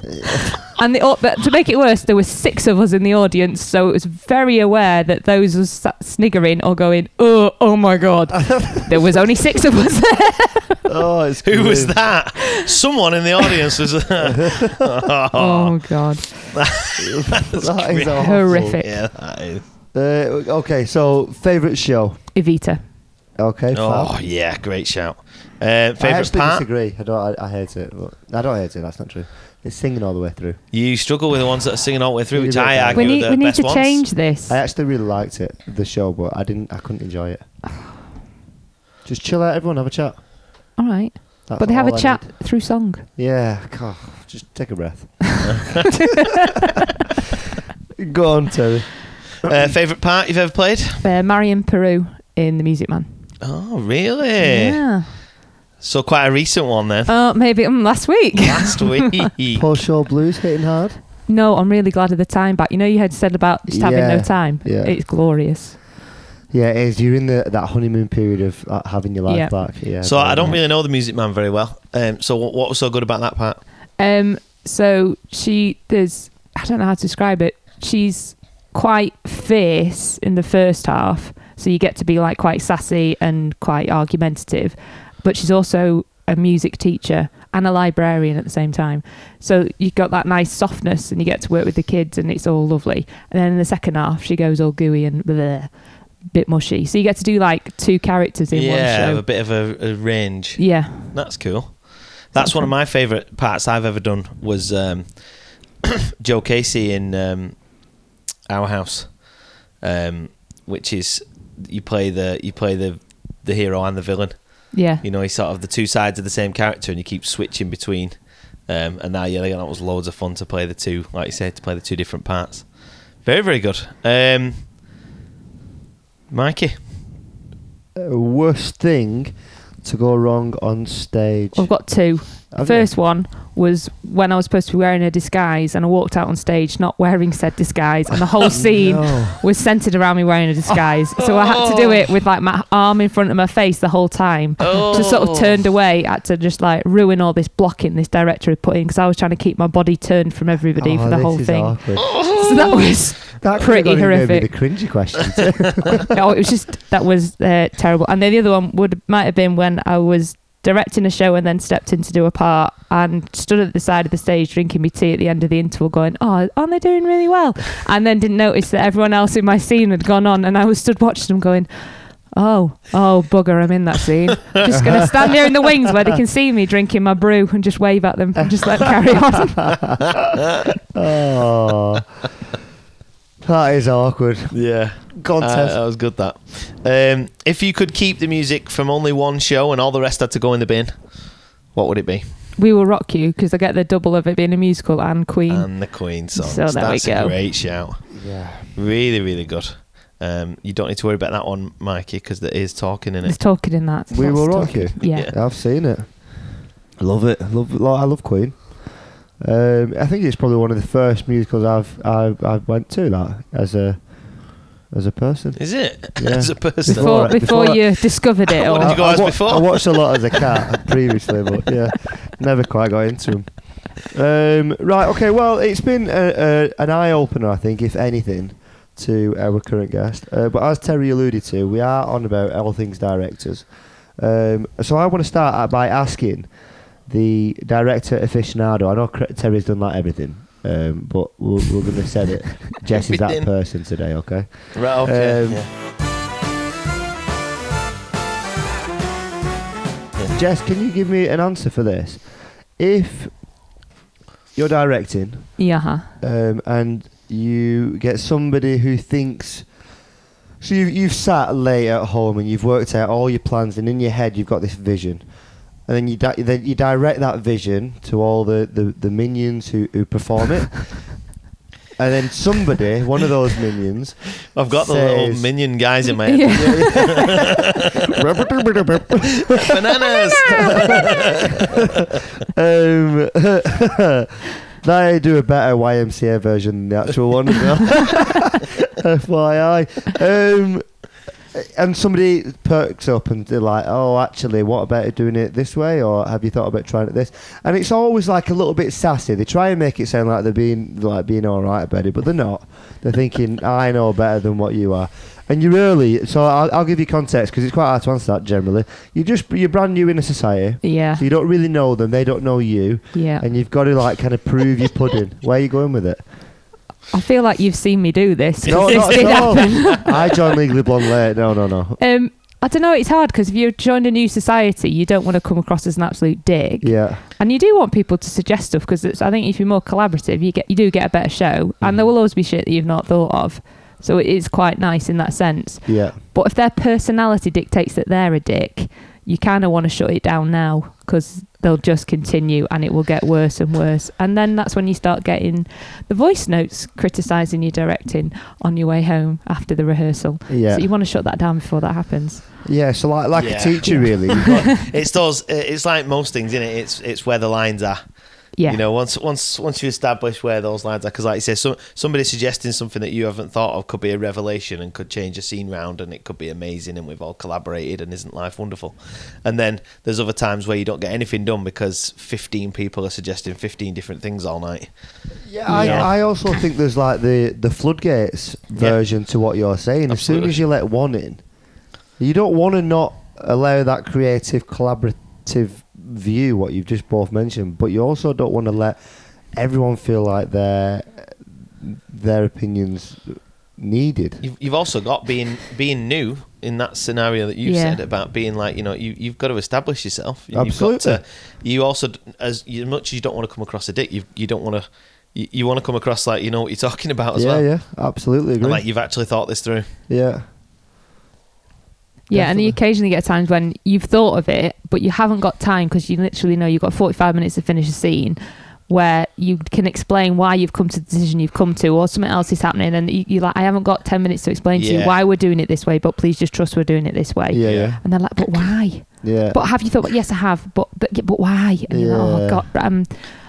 S3: And the, au- but to make it worse, there were six of us in the audience, so it was very aware that those who sat sniggering or going, "Oh, oh my god," there was only six of us. there.
S2: Oh, it's
S1: Who was
S2: great.
S1: that? <laughs> Someone in the audience
S3: <laughs>
S1: was. <laughs>
S3: Oh god,
S2: That is awful.
S3: horrific.
S1: yeah, that is.
S2: Uh, okay, so favourite show.
S3: Evita.
S2: Okay, fab.
S1: Oh yeah, great shout. Uh,
S2: I
S1: favorite
S2: actually
S1: part?
S2: disagree. I don't. I, I hate it. But I don't hate it. That's not true. It's singing all the way through.
S1: You struggle with the ones that are singing all the way through, which I argue
S3: We
S1: are
S3: need
S1: the
S3: we need
S1: best
S3: to
S1: ones.
S3: change this.
S2: I actually really liked it, the show, but I didn't. I couldn't enjoy it. Just chill out, everyone. Have a chat.
S3: All right,
S2: That's
S3: but they have
S2: all
S3: a
S2: oh, I
S3: chat
S2: need.
S3: through song.
S2: Yeah. God, just take a
S3: <laughs>
S2: breath. <laughs> Go on, Terry.
S1: Uh, favorite part you've ever played?
S3: Uh, Marion Peru in The Music Man.
S1: Oh, really?
S3: Yeah.
S1: So quite a recent one then.
S3: Oh, maybe um, last
S1: <laughs>
S3: week. <laughs>
S1: Last week.
S2: Paul Shaw Blues hitting hard.
S3: No, I'm really glad of the time back. You know, you had said about just having
S2: Yeah,
S3: no time.
S2: yeah.
S3: It's glorious.
S2: Yeah, it is. You're in the that honeymoon period of uh, having your life
S3: Yeah.
S2: back. Yeah.
S1: So I don't
S2: really.
S1: really know the Music Man very well. Um, so what, what was so good about that part?
S3: Um, so she there's I don't know how to describe it. She's quite fierce in the first half, so you get to be like quite sassy and quite argumentative. But she's also a music teacher and a librarian at the same time. So you've got that nice softness and you get to work with the kids and it's all lovely. And then in the second half she goes all gooey and bleh, bit mushy. So you get to do like two characters in
S1: yeah, have
S3: one
S1: a
S3: show.
S1: bit of a, a range.
S3: Yeah.
S1: That's cool. That's one of my favourite parts I've ever done was um, <coughs> Joe Casey in um, Our House, um, which is you play the you play the the hero and the villain.
S3: Yeah.
S1: You know, he's sort of the two sides of the same character, and you keep switching between. Um, and now, yeah, that was loads of fun to play the two, like you said, to play the two different parts. Very, very good. Um, Mikey,
S2: Uh, worst thing to go wrong on stage.
S3: I've got two.
S2: Have you?
S3: First one was when I was supposed to be wearing a disguise and I walked out on stage not wearing said disguise and the whole
S2: <laughs>
S3: scene
S2: No.
S3: was centered around me wearing a disguise. So I had to do it with like my arm in front of my face the whole time. Just sort of turned
S2: Oh.
S3: away, had to just like ruin all this blocking this director had put in because I was trying to keep my body turned from everybody
S2: Oh,
S3: for the
S2: this
S3: whole
S2: is
S3: thing.
S2: awkward.
S3: So that was
S2: That
S3: Pretty
S2: could've only made me
S3: horrific.
S2: The cringy question. too.
S3: no, it was just that was uh, terrible. And then the other one would might have been when I was directing a show and then stepped in to do a part and stood at the side of the stage drinking my tea at the end of the interval, going, "Oh, aren't they doing really well?" And then didn't notice that everyone else in my scene had gone on, and I was stood watching them going. Oh, oh, bugger! I'm in that
S2: <laughs>
S3: scene. Just gonna stand there in the wings where they can see me drinking my brew and just wave at them and just let them carry on.
S2: <laughs> oh. That is awkward.
S1: yeah, Uh,
S2: Contest.
S1: that was good. That. Um, if you could keep the music from only one show and all the rest had to go in the bin, what would it be?
S3: We will rock you because I get the double of it being a musical and Queen.
S2: Um,
S1: And the Queen songs.
S3: So there we
S1: That's a
S3: go.
S1: great shout.
S2: yeah.
S1: Really, really good. Um, you don't need to worry about that one, Mikey, because there is talking in
S3: There's
S1: it.
S3: talking in that.
S2: We
S3: Lots
S2: will
S3: of
S2: rock
S3: talking.
S2: you.
S3: Yeah.
S2: I've seen it. Love it. Love. lo- I love Queen. Um, I think it's probably one of the first musicals I've I I went to that as a as a person.
S1: Is it? <laughs>
S2: Yeah.
S1: As a person.
S2: Before-
S3: Before,
S2: Alright,
S3: before,
S2: before-
S3: you discovered it,
S1: What
S2: <laughs>
S3: or
S1: did you
S2: I,
S1: guys
S2: I, wa-
S1: before?
S2: I watched a lot as a cat <laughs> previously, but yeah, never quite got into them. Um, right, okay, well, it's been a, a, an eye opener, I think, if anything, to our current guest. Uh, but as Terry alluded to, we are on about all things directors. Um, so I want to start out by asking the director aficionado. I know Cre- Terry's done like everything, um, but we're, we're going to
S1: <laughs>
S2: set it. Jess is that
S1: Everything.
S2: person today, okay?
S1: Right, okay.
S2: Um,
S1: yeah.
S2: Jess, can you give me an answer for this? If you're directing
S3: yeah, huh.
S2: um, and you get somebody who thinks, so you, you've sat late at home and you've worked out all your plans, and in your head you've got this vision, and then you di- then you direct that vision to all the, the, the minions who, who perform it, and then somebody, one of those minions, <laughs>
S1: I've got the
S2: says-
S1: little minion guys in my head.
S3: <laughs> yeah.
S1: Bananas! <laughs>
S2: Um, <laughs> they do a better YMCA version than the actual one. as well. <laughs> FYI. Um, and somebody perks up and they're like, oh, actually, what about doing it this way? Or have you thought about trying it this? And it's always like a little bit sassy. They try and make it sound like they're being like being all right about it, but they're not. They're thinking, <laughs> I know better than what you are. And you're early, so I'll, I'll give you context because it's quite hard to answer that generally. You just you're brand new in a society. <laughs>
S3: yeah,
S2: So you don't really know them, they don't know you,
S3: yeah.
S2: and you've got to like kind of prove your
S3: <laughs>
S2: pudding. Where are you going with it?
S3: I feel like you've seen me do this.
S2: No,
S3: <laughs> This
S2: not
S3: did
S2: at all.
S3: happen.
S2: I joined Legally Blonde late. No, no, no.
S3: Um, I don't know. It's hard because if you've joined a new society, you don't want to come across as an absolute dick,
S2: Yeah,
S3: and you do want people to suggest stuff because I think if you're more collaborative, you get you do get a better show, and
S2: Mm.
S3: there will always be shit that you've not thought of. So it is quite nice in that sense.
S2: yeah.
S3: But if their personality dictates that they're a dick, you kind of want to shut it down now because they'll just continue and it will get worse and worse. And then that's when you start getting the voice notes criticising your directing on your way home after the rehearsal.
S2: Yeah,
S3: So you want to shut that down before that happens.
S2: yeah. So like, like
S1: Yeah.
S3: <laughs>
S2: a teacher, really. You've got-
S1: uh, it's those. It's like most things, is it? It's it's where the lines are.
S3: Yeah.
S1: You know, once once once you establish where those lines are, because like you say, some somebody suggesting something that you haven't thought of could be a revelation and could change a scene round, and it could be amazing, and we've all collaborated, and isn't life wonderful? And then there's other times where you don't get anything done because 15 people are suggesting 15 different things all night.
S2: Yeah, I,
S1: Yeah.
S2: I also think there's like the the floodgates version to what you're saying. As soon
S1: Absolutely.
S2: as you let one in, you don't want to not allow that creative collaborative view what you've just both mentioned, but you also don't want to let everyone feel like their their opinions needed.
S1: You've, you've also got being being new in that scenario that you
S3: Yeah.
S1: said about being like you know you you've got to establish yourself. You've
S2: Absolutely.
S1: Got to, you also d- as, you- as much as you don't want to come across a dick, you you don't want to you, you want to come across like you know what you're talking about as
S2: yeah,
S1: well.
S2: yeah, absolutely
S1: And
S2: agree.
S1: like you've actually thought this through.
S2: yeah.
S3: Yeah, and you
S2: Definitely.
S3: occasionally get times when you've thought of it, but you haven't got time because you literally know you've got 45 minutes to finish a scene where you can explain why you've come to the decision you've come to or something else is happening. And you, you're like, I haven't got 10 minutes to explain to you
S1: Yeah.
S3: why we're doing it this way, but please just trust we're doing it this way.
S2: Yeah, yeah,
S3: And they're like,
S1: <coughs>
S3: but why?
S2: yeah.
S3: But have you thought, yes, I have, but but, yeah, but why? And you're like, oh,
S2: Yeah.
S3: God. Um,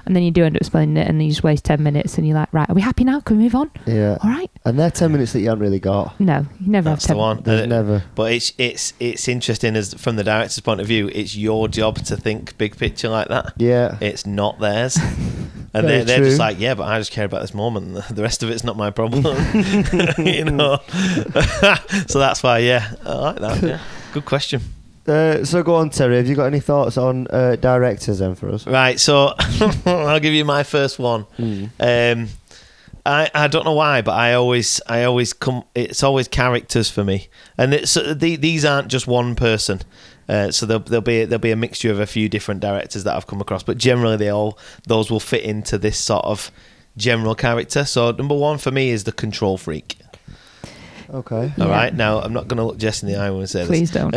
S3: and then you do end up explaining it and you just waste 10 minutes and you're like, right, are we happy now? Can we move on?
S2: yeah.
S3: All right.
S2: And they're ten minutes that you haven't really got.
S3: No, you never
S1: That's
S3: have 10
S1: the one.
S2: There's
S1: And it-
S2: never.
S1: But it's it's it's interesting as from the director's point of view, it's your job to think big picture like that.
S2: Yeah.
S1: It's not
S2: <laughs>
S1: theirs. And
S2: Very
S1: they're, they're just
S2: true.
S1: like, yeah, but I just care about this moment. The- The rest of it's not my
S2: <laughs>
S1: problem. <laughs> you know? <laughs> so that's why, yeah, I like that. Yeah. Good question.
S2: Uh, so go on, Terry. Have you got any thoughts on uh, directors then for us?
S1: Right, so <laughs> I'll give you my first one.
S3: Hmm.
S1: Um, I I don't know why, but I always I always come. It's always characters for me, and it's uh, the, these aren't just one person. Uh, so there'll, there'll be there'll be a mixture of a few different directors that I've come across, but generally they all those will fit into this sort of general character. So number one for me is the control freak.
S2: Okay.
S3: Yeah.
S1: All right, now I'm not going to look Jess in the eye when I say this.
S3: Please don't.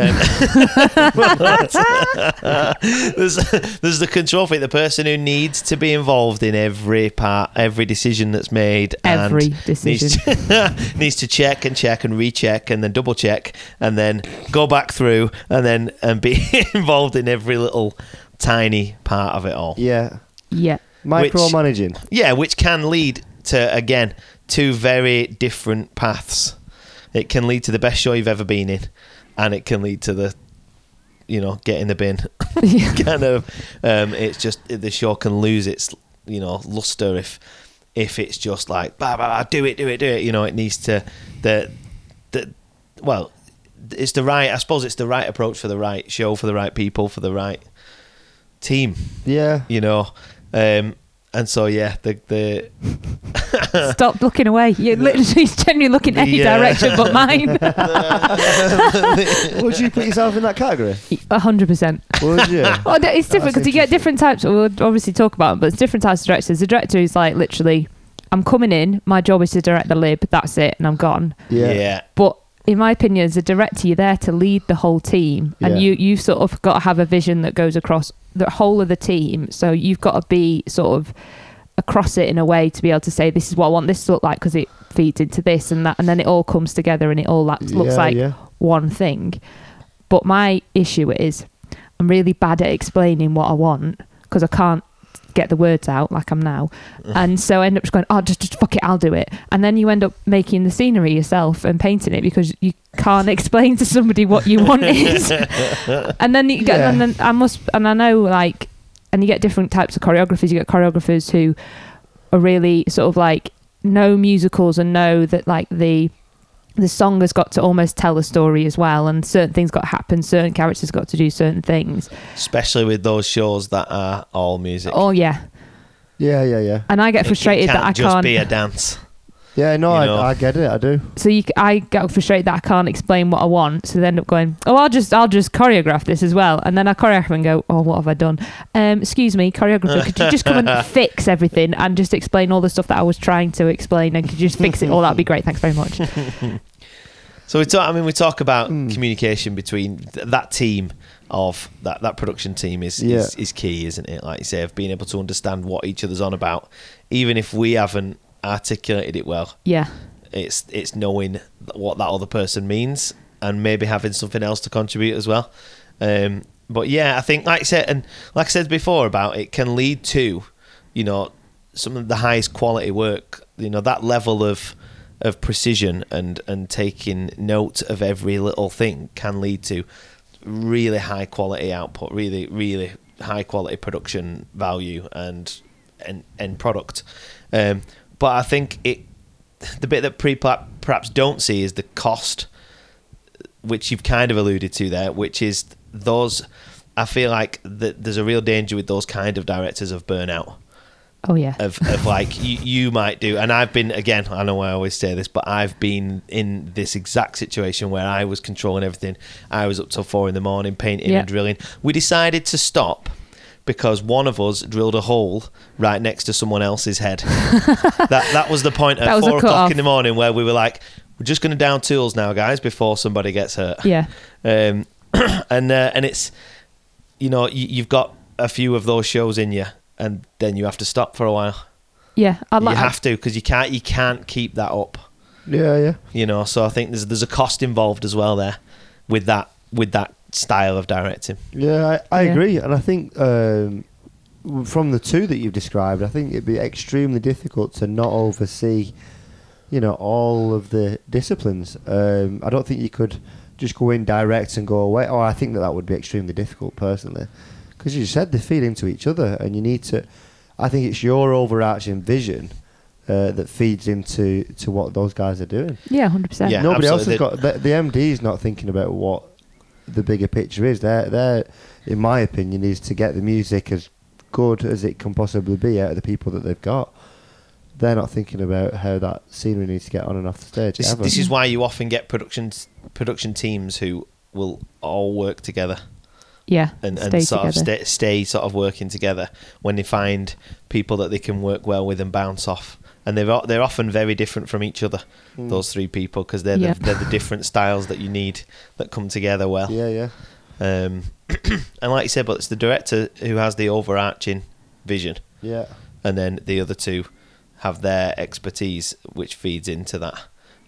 S3: <laughs>
S1: Um, there's, there's the control freak, the person who needs to be involved in every part, every decision that's made.
S3: Every
S1: and
S3: decision.
S1: Needs to, <laughs> needs to check and check and recheck and then double check and then go back through and then and be <laughs> involved in every little tiny part of it all.
S2: Yeah.
S3: yeah.
S2: Micromanaging.
S1: Yeah, which can lead to again two very different paths. It can lead to the best show you've ever been in, and it can lead to the, you know, get in the bin <laughs> kind of. Um, it's just the show can lose its, you know, luster if if it's just like blah blah blah, do it, do it, do it. You know, it needs to the the well, it's the right. I suppose it's the right approach for the right show, for the right people, for the right team
S2: Yeah.
S1: you know. Um, and so yeah, the the
S3: Stop looking away. You're literally <laughs> generally looking any
S1: Yeah.
S3: direction but
S2: <laughs>
S3: mine.
S2: Would you put yourself in that category?
S3: A hundred percent.
S2: Would you?
S3: Well, th- it's
S2: That's
S3: different because you get
S2: interesting.
S3: different types. We'll obviously talk about them, but it's different types of directors. The director who's like literally, I'm coming in. My job is to direct the lib. That's it, and I'm gone.
S1: <laughs> yeah.
S2: Yeah.
S3: But in my opinion, as a director, you're there to lead the whole team, and
S2: Yeah.
S3: you you sort of got to have a vision that goes across the whole of the team. So you've got to be sort of across it in a way to be able to say this is what I want this to look like because it feeds into this and that, and then it all comes together and it all that looks
S2: Yeah,
S3: like
S2: yeah.
S3: one thing. But my issue is I'm really bad at explaining what I want because I can't get the words out like I'm now. And so I end up just going, oh, just, just fuck it, I'll do it. And then you end up making the scenery yourself and painting it because you can't explain to somebody what you want is. <laughs> and then you get,
S2: Yeah.
S3: and then I must, and I know like, and you get different types of choreographers. You get choreographers who are really sort of like know musicals and know that like the the song has got to almost tell a story as well and certain things got to happen certain characters got to do certain things
S1: Especially with those shows that are all music.
S3: oh yeah
S2: Yeah, yeah, yeah.
S3: and i get
S1: It-
S3: frustrated
S1: it
S3: that i
S1: can't just
S3: can't
S1: be a dance.
S2: Yeah, no,
S1: You
S2: I,
S1: know.
S2: I get it. I do.
S3: so you, c- I get frustrated that I can't explain what I want. So they end up going, oh, I'll just, I'll just choreograph this as well. And then I choreograph and go, oh, what have I done? Um, excuse me, choreographer, could you just
S1: <laughs>
S3: come and fix everything and just explain all the stuff that I was trying to explain? And could you just fix it? all? that'd be great. Thanks
S1: <laughs>
S3: very much.
S1: So we talk. I mean, we talk about
S3: Hmm.
S1: communication between th- that team of that that production team is,
S2: Yeah.
S1: is is key, isn't it? Like you say, of being able to understand what each other's on about, even if we haven't articulated it well.
S3: Yeah,
S1: It's it's knowing what that other person means and maybe having something else to contribute as well. Um, but yeah, I think like I said, and like I said before about it can lead to you know some of the highest quality work. You know that level of of precision and and taking note of every little thing can lead to really high quality output, really really high quality production value and and end product. Um, but I think it the bit that pre perhaps don't see is the cost, which you've kind of alluded to there, which is those. I feel like that there's a real danger with those kind of directors of burnout
S3: Oh yeah.
S1: of, of like you, you might do and i've been again i know i always say this but i've been in this exact situation where i was controlling everything i was up till four in the morning painting
S3: Yeah.
S1: and drilling we decided to stop because one of us drilled a hole right next to someone else's
S3: <laughs>
S1: head that, that was the point
S3: That
S1: at
S3: was a
S1: four o'clock
S3: cut-off.
S1: in the morning where we were like we're just going to down tools now guys before somebody gets hurt
S3: yeah.
S1: um, <clears throat> and uh, and it's you know you, you've got a few of those shows in you and then you have to stop for a while
S3: Yeah. I like.
S1: you have to because you can't you can't keep that up
S2: Yeah, yeah.
S1: you know so i think there's there's a cost involved as well there with that with that style of directing
S2: Yeah, I, I
S3: Yeah.
S2: agree, and I think um, w- from the two that you've described, I think it'd be extremely difficult to not oversee, you know, all of the disciplines. Um, I don't think you could just go in direct and go away. Or I think that that would be extremely difficult personally, because you said they feed into each other, and you need to. I think it's your overarching vision. Uh, that feeds into to what those guys are doing.
S3: yeah. Hundred percent.
S1: Yeah,
S2: Nobody else has
S1: absolutely.
S2: got the, the MD's not thinking about what the bigger picture is. They're, they're, in my opinion, is to get the music as good as it can possibly be out of the people that they've got. They're not thinking about how that scenery needs to get on and off the stage.
S1: this,
S2: ever.
S1: this is why you often get production production teams who will all work together
S3: Yeah.
S1: and,
S3: Stay
S1: and sort of
S3: together.
S1: stay, stay sort of working together when they find people that they can work well with and bounce off. And they're o- they're often very different from each other. Those three people because they're
S3: Yeah.
S1: the, they're the different styles that you need that come together well.
S2: yeah, yeah,
S1: Um, <clears throat> and like you said, but it's the director who has the overarching vision,
S2: yeah.
S1: and then the other two have their expertise, which feeds into that.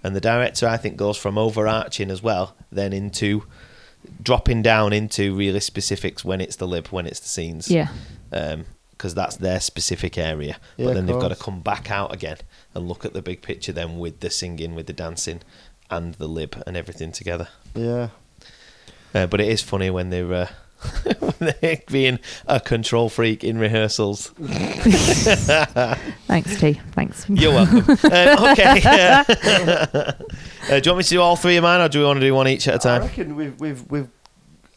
S1: And the director, I think, goes from overarching as well, then into dropping down into really specifics when it's the lib, when it's the scenes <laughs>
S3: Yeah. <laughs>
S1: because that's their specific area.
S2: Yeah,
S1: but then they've got to
S2: course.
S1: come back out again and look at the big picture then with the singing, with the dancing, and the lib and everything together.
S2: Yeah,
S1: Uh, but it is funny when they're. Uh, <laughs> when they're being a control freak in rehearsals.
S3: Thanks, T. Thanks.
S1: You're welcome. um, okay. <laughs> uh, do you want me to do all three of mine, or do we want to do one each at a
S2: I
S1: time?
S2: reckon we've we've we've.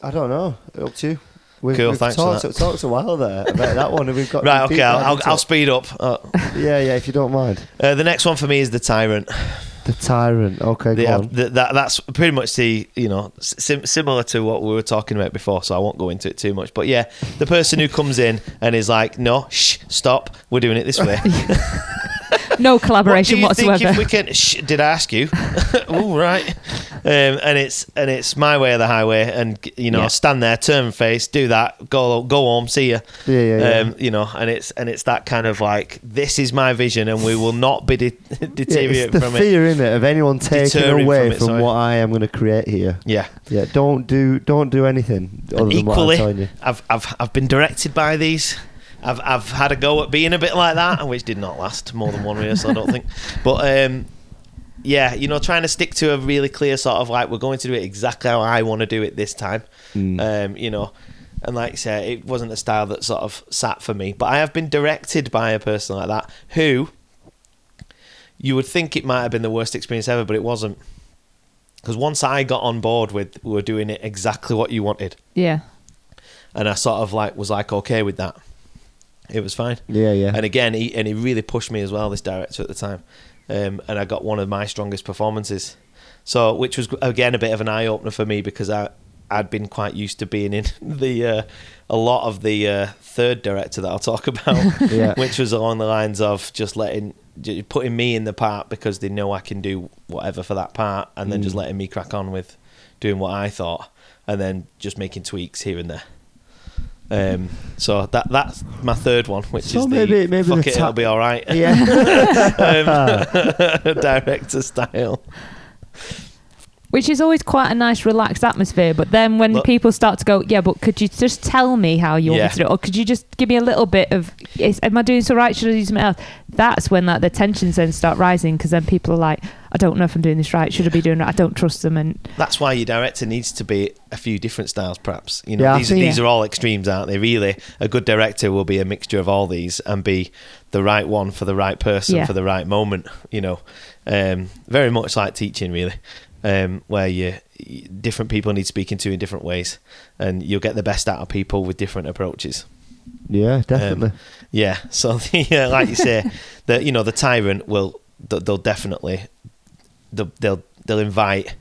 S2: I don't know. Up to you. We've,
S1: Cool,
S2: we've
S1: thanks for
S2: talked,
S1: that.
S2: talked a while there about that one,
S1: <laughs>
S2: and we've got
S1: Right.
S2: deep
S1: Okay.
S2: dive
S1: I'll, I'll,
S2: into
S1: I'll
S2: it.
S1: speed up. Uh,
S2: yeah, yeah. If you don't mind,
S1: uh, the next one for me is the tyrant.
S2: the tyrant. Okay,
S1: They
S2: go
S1: have,
S2: on.
S1: th- that, that's pretty much the you know sim- similar to what we were talking about before, so I won't go into it too much. But yeah, the person who comes in and is like, "No, shh, stop, we're doing it this way."
S3: <laughs> No
S1: What do
S3: collaboration
S1: you think
S3: whatsoever.
S1: if we can? Shh, did I ask you? <laughs> All right, um, and it's and it's my way or the highway, and you know,
S3: Yeah.
S1: stand there, turn face, do that, go go home, see you.
S2: Yeah, yeah, yeah.
S1: Um, you know, and it's and it's that kind of like this is my vision, and we will not be de- <laughs>
S2: Yeah,
S1: deteriorate
S2: it's the
S1: from it.
S2: fear in it of anyone taking
S1: Deterring
S2: away
S1: from
S2: from,
S1: it, sorry.
S2: what I am going to create here.
S1: Yeah.
S2: Yeah, don't do don't do anything other than what
S1: equally,
S2: I'm telling you.
S1: I've, I've I've been directed by these. I've I've had a go at being a bit like that, and which did not last more than one rehearsal, I don't think. But um, yeah, you know, trying to stick to a really clear sort of like we're going to do it exactly how I want to do it this time. Um, you know, and like I say, it wasn't a style that sort of sat for me. But I have been directed by a person like that who you would think it might have been the worst experience ever, but it wasn't. Because once I got on board with we we're doing it exactly what you wanted,
S3: yeah.
S1: and I sort of like was like okay with that. It was fine.
S2: Yeah, yeah.
S1: And again, he and he really pushed me as well. This director at the time, um, and I got one of my strongest performances. So, which was again a bit of an eye opener for me because I I'd been quite used to being in <laughs> the uh, a lot of the uh, third director that I'll talk <laughs> about,
S2: Yeah.
S1: which was along the lines of just letting j- putting me in the part because they know I can do whatever for that part, and
S2: Mm.
S1: then just letting me crack on with doing what I thought, and then just making tweaks here and there. Um, so that that's my third one, which
S2: So
S1: is
S2: maybe-
S1: the
S2: maybe
S1: fuck
S2: the
S1: it,
S2: ta-
S1: it'll be all right.
S2: <laughs>
S1: <laughs>
S2: Yeah,
S1: um, director style.
S3: which is always quite a nice relaxed atmosphere. But then when
S1: Look-
S3: people start to go, yeah, but could you just tell me how you want
S1: Yeah.
S3: me to do it, or could you just give me a little bit of, is, am I doing this all right? Should I do something else? That's when like the tensions then start rising because then people are like, I don't know if I'm doing this right. Should I be doing it? I don't trust them, and
S1: That's why your director needs to be a few different styles, perhaps. You know,
S2: Yeah, I
S1: these, are,
S2: think-
S1: these are all extremes, aren't they? Really, a good director will be a mixture of all these and be the right one for the right person
S3: Yeah.
S1: for the right moment. You know, um, very much like teaching, really, um, where you y- different people need speaking to in different ways, and you'll get the best out of people with different approaches.
S2: Yeah, definitely.
S1: Um, yeah. <laughs> So the, yeah, like you
S3: <laughs>
S1: say, the you know the tyrant will th- they'll definitely they'll they'll, they'll invite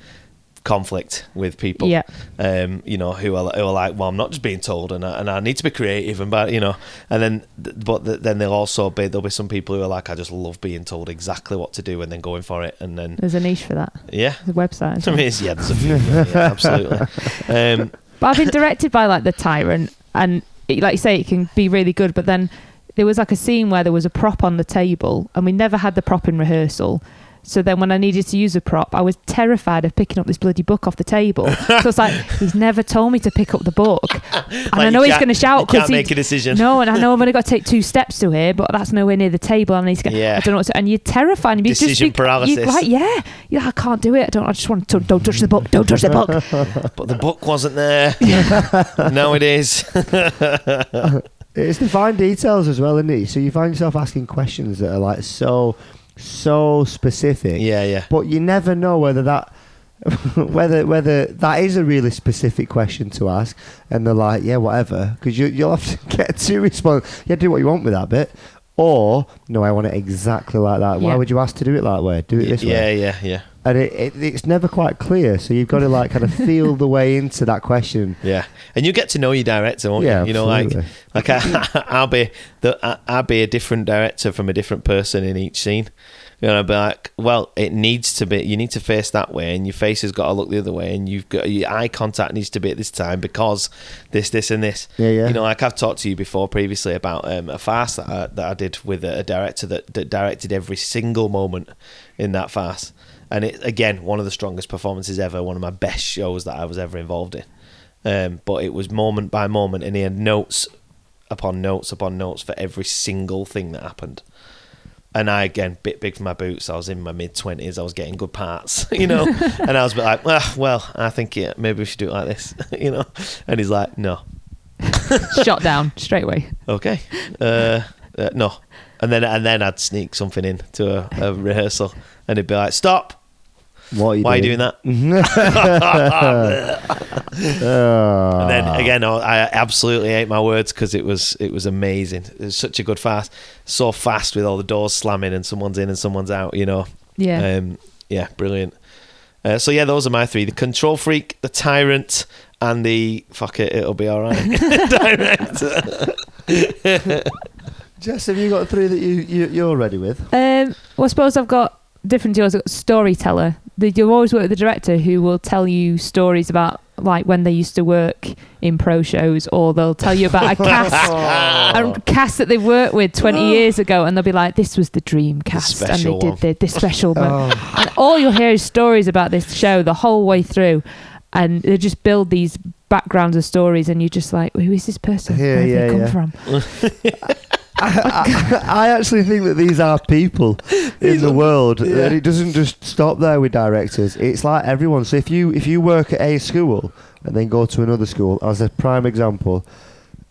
S1: conflict with people.
S3: Yeah.
S1: Um, you know who are who are like, well, I'm not just being told, and I, and I need to be creative, and but you know, and then th- but th- then there'll also be there'll be some people who are like, I just love being told exactly what to do and then going for it, and then
S3: there's a niche for that.
S1: yeah.
S3: There's a website. and
S1: I mean, it's- yeah, there's a few, yeah,
S3: <laughs>
S1: yeah, absolutely. Um,
S3: But I've been directed by like the tyrant, and it, like you say, it can be really good. But then there was like a scene where there was a prop on the table, and we never had the prop in rehearsal. So then, when I needed to use a prop, I was terrified of picking up this bloody book off
S1: <laughs>
S3: the table. so it's like he's never told me to pick up the book, and
S1: like,
S3: I
S1: you
S3: know he's
S1: can't-
S3: going to shout
S1: You
S3: because
S1: can't make a decision.
S3: no, and I know I've only got to take two steps to here, but that's nowhere near the table. And he's going,
S1: Yeah.
S3: I don't know what to, and you're terrified. And you just
S1: Decision
S3: think- you-
S1: paralysis.
S3: Right, yeah. You're like, I can't do it. I don't, I just want to, don't touch the book. Don't touch the book.
S1: <laughs> But the book wasn't
S3: <laughs>
S1: there. <laughs> now it is.
S2: It's the fine details as well, isn't it? So you find yourself asking questions that are like so, so specific.
S1: Yeah, yeah.
S2: But you never know whether that, <laughs> whether whether that is a really specific question to ask, and they're like, yeah, whatever, because you you'll have to <laughs> get two response. Yeah, do what you want with that bit, or no, I want it exactly like that. Why
S3: Yeah.
S2: would you ask to do it that way? Do it this way.
S1: yeah, yeah, yeah,
S2: And it, it, it's never quite clear, so you've got to like
S1: <laughs>
S2: kind of feel the way into that question.
S1: yeah. And you get to know your director, won't
S2: Yeah,
S1: you? You know,
S2: absolutely.
S1: like like I, <laughs> I'll be the I, I'll be a different director from a different person in each scene. You know, I'll be like, well, it needs to be. You need to face that way, and your face has got to look the other way, and you've got your eye contact needs to be at this time because this, this, and this.
S2: Yeah, yeah.
S1: You know, like I've talked to you before previously about um, a farce that I, that I did with a, a director that, that directed every single moment in that farce, and it again one of the strongest performances ever, one of my best shows that I was ever involved in. Um, but it was moment by moment, and he had notes upon notes upon notes for every single thing that happened. And I again bit big for my boots. I was in my mid twenties. I was getting good parts, <laughs> you know. and I was a bit like, ah, well, I think yeah, maybe we should do it like this, <laughs> you know. And he's like, no,
S3: shot down straight away.
S1: okay, uh, uh, no. And then and then I'd sneak something in to a, a rehearsal, and he'd be like, stop.
S2: What are you
S1: Why are you
S2: doing?
S1: doing that?
S2: Ah.
S1: And then again, I- I absolutely ate my words because it was it was amazing. It was such a good fast, so fast with all the doors slamming and someone's in and someone's out. You know,
S3: Yeah.
S1: um, yeah, brilliant. Uh, so yeah, those are my three: the control freak, the tyrant, and the fuck it, it'll be all right. <laughs>
S2: Jess, have you got three that you, you you're ready with?
S3: Um, well, I suppose I've got different to yours. I've got storyteller. They you always work with the director who will tell you stories about like when they used to work in pro shows, or they'll tell you
S2: <laughs>
S3: about a cast.
S2: Oh.
S3: A cast that they worked with 20 years ago, and they'll be like, This was the dream cast, and
S1: special
S3: they
S1: one.
S3: did the, this special.
S2: Oh.
S3: moment." And all you'll hear is stories about this show the whole way through, and they just build these backgrounds of stories, and you're just like, Who is this person?
S2: Yeah,
S3: Where have
S2: yeah,
S3: they come
S2: yeah.
S3: from?
S2: I, I actually think that these are
S3: <laughs>
S2: people in the world, and it doesn't just stop there with directors. It's like everyone. So if you if you work at a school and then go to another school, as a prime example,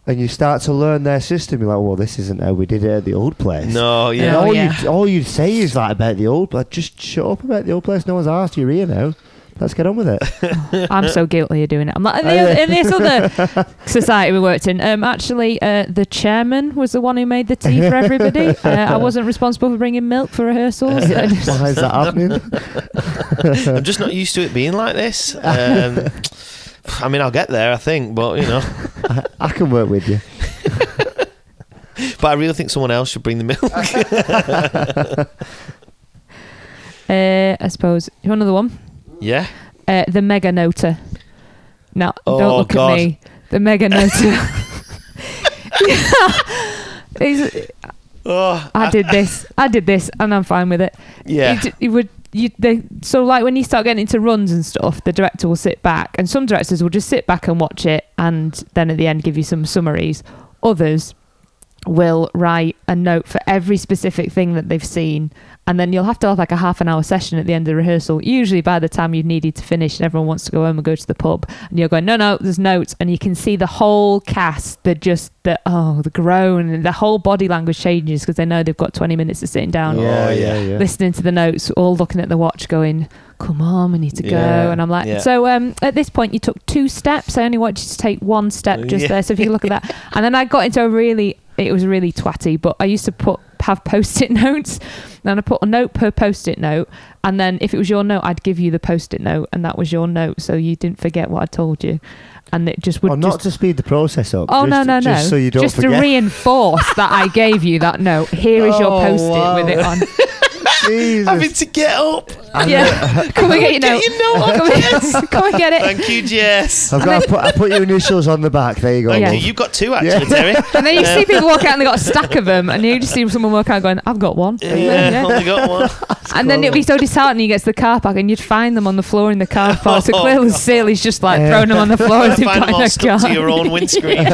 S2: and you start to learn their system, you're like, well, this isn't how we did it at the old place.
S1: no,
S2: And
S1: yeah,
S3: Yeah. Oh,
S2: all you all you say is like about the old place. Just shut up about the old place. No one's asked. You're here now. Let's get on with
S3: <laughs>
S2: it.
S3: I'm so guilty of doing it. I'm like, in,
S2: Oh,
S3: the, in this other
S2: <laughs>
S3: society we worked in, um, actually, uh, the chairman was the one who made the tea for
S2: <laughs>
S3: everybody. Uh, I wasn't responsible for bringing milk for rehearsals.
S2: Why
S3: <laughs>
S2: is that happening?
S1: I'm just not used to it being like this. Um, I mean, I'll get there, I think, but you know,
S2: I, I can work with you.
S1: but I really think someone else should bring the milk.
S3: uh, I suppose. You want Another one.
S1: yeah,
S3: Uh, the mega nota. Now,
S1: Oh,
S3: don't look
S1: God.
S3: at me. The
S2: <laughs>
S3: mega nota. <laughs> He's-
S1: oh,
S3: I did this. I did this, and I'm fine with it.
S1: Oh, yeah.
S3: He, d- he would you they so like when you start getting into runs and stuff, the director will sit back, and some directors will just sit back and watch it, and then at the end give you some summaries. Others will write a note for every specific thing that they've seen, and then you'll have to have like a half an hour session at the end of the rehearsal. Usually by the time you've needed to finish, and everyone wants to go home and go to the pub, and you're going, no, no, there's notes, and you can see the whole cast, the just the oh, the groan, and the whole body language changes because they know they've got 20 minutes of sitting down
S1: Oh, yeah.
S3: listening to the notes, all looking at the watch, going, "Come on, we need to go."
S1: Yeah,
S3: And I'm like,
S1: yeah.
S3: "So um, at this point, you took two steps. I only want you to take one
S2: Oh,
S3: step just
S1: Yeah.
S3: there." So if you look at
S2: <laughs>
S3: that, and then I got into a really, it was really twatty, but I used to put have post-it <laughs> notes, and I put a note per post-it note, and then if it was your note, I'd give you the post-it note, and that was your note, so you didn't forget what I told you, and it just would
S2: Or
S3: just
S2: Oh, not to speed the process up.
S3: Oh
S2: just,
S3: no no no!
S2: Just so you don't
S3: Just to
S2: forget.
S3: reinforce that I gave you that note. Here is
S2: <laughs>
S3: your
S2: Oh,
S3: post-it
S2: wow.
S3: with it on.
S1: Having
S2: Jesus.
S1: to get up.
S3: Yeah, <laughs> can we get your note?
S1: uh, <laughs> Get your note on.
S3: <laughs> Can we, can we get it?
S1: Thank you,
S2: <laughs>
S1: Jess.
S2: I've got. to put, I put your initials on the back. There you go.
S1: Thank
S3: Yeah.
S1: you.
S2: love.
S1: You've got two actually, Terry.
S3: And then you see people walk out and they got a stack of them, and you just see someone walk out going, "I've got one." <laughs>
S1: Yeah, only got one.
S3: And then it'd be so disheartening. You get to the car park and you'd find them on the floor in
S1: <laughs>
S3: the car park. So
S1: Oh,
S3: clearly,
S1: God.
S3: Sally's just like
S2: Yeah.
S3: throwing them on the floor
S1: Find <laughs>
S3: as they've got
S1: them
S3: in
S1: all
S3: the
S1: stuck
S3: car.
S1: to your
S3: <laughs>
S1: own windscreen.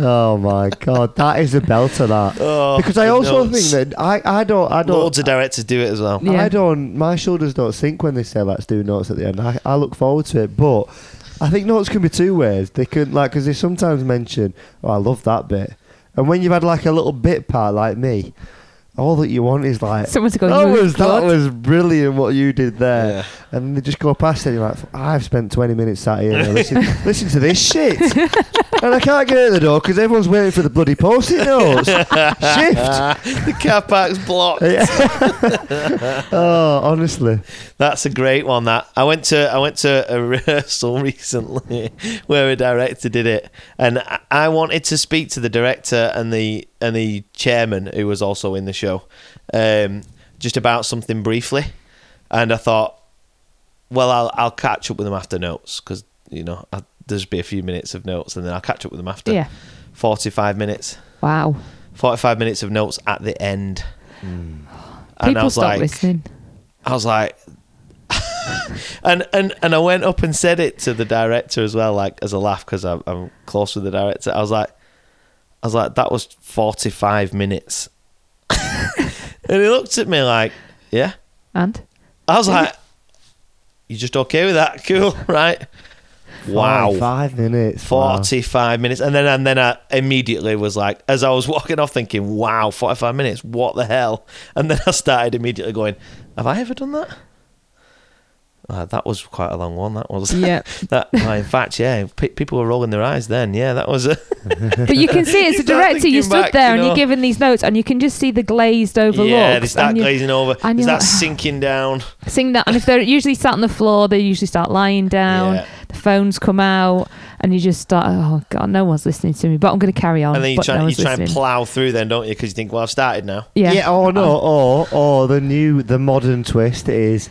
S2: Oh my god, that is a belter. That
S1: Oh,
S2: because I
S1: good
S2: also
S1: notes.
S2: think that I, I don't I don't
S1: loads of directors do it as well.
S3: Yeah.
S2: I don't. My shoulders don't sink when they say let's do notes at the end. I, I look forward to it, but I think notes can be two ways. They can like because they sometimes mention, "Oh, I love that bit," and when you've had like a little bit part like me, all that you want is like.
S3: Someone's going,
S2: That
S3: "You're
S2: was that
S3: good."
S2: was brilliant what you did there,
S1: Yeah.
S2: and they just go past it. And you're like, I've spent 20 minutes sat here and listen, listen to this shit, and I can't get out the door because everyone's waiting for the bloody
S1: <laughs>
S2: post-it notes. Shift.
S1: the car park's blocked.
S2: Yeah. oh, honestly.
S1: That's a great one. That I went to I went to a <laughs> rehearsal recently where a director did it, and I- I wanted to speak to the director and the and the chairman who was also in the show, um, just about something briefly, and I thought, well, I'll I'll catch up with them after notes because you know I, there's be a few minutes of notes, and then I'll catch up with them after.
S3: Yeah.
S1: forty five minutes,
S3: Wow.
S1: forty five minutes of notes at the end. And I
S3: Hmm. People
S1: was
S3: stop
S1: like,
S3: listening.
S1: I was like, <laughs> and and and I went up and said it to the director as well, like as a laugh because I'm, I'm close with the director. I was like, I was like, that was 45 minutes, <laughs> and he looked at me like, yeah. <laughs>
S3: And
S1: I was like, you just okay with that? Cool, <laughs> right? Wow.
S2: Five, five minutes. wow.
S1: 45 minutes and then and then I immediately was like as I was walking off thinking wow 45 minutes what the hell and then I started immediately going have I ever done that uh, that was quite a long one that was
S3: Yeah.
S1: <laughs> that well, in fact yeah pe- people were rolling their eyes then yeah that was a
S3: but you can see as
S1: You
S3: a
S1: start
S3: director,
S1: thinking
S3: you stood
S1: back,
S3: there
S1: you
S3: and
S1: know.
S3: you're giving these notes, and you can just see the glazed over
S1: <laughs> yeah they
S3: looks,
S1: start
S3: and you-
S1: glazing over
S3: and
S1: they
S3: you're
S1: start
S3: like- <sighs>
S1: sinking down
S3: sing that and if they're usually sat on the floor they usually start lying down
S1: Yeah.
S3: the phones come out and you just start oh god no one's listening to me but i'm going to carry on
S1: and then you
S3: but
S1: try
S3: no
S1: you
S3: one's
S1: try and
S3: listening.
S1: plow through then don't you because you think well I've started now
S3: yeah,
S2: Yeah. oh. or no, or or the new, the modern twist is,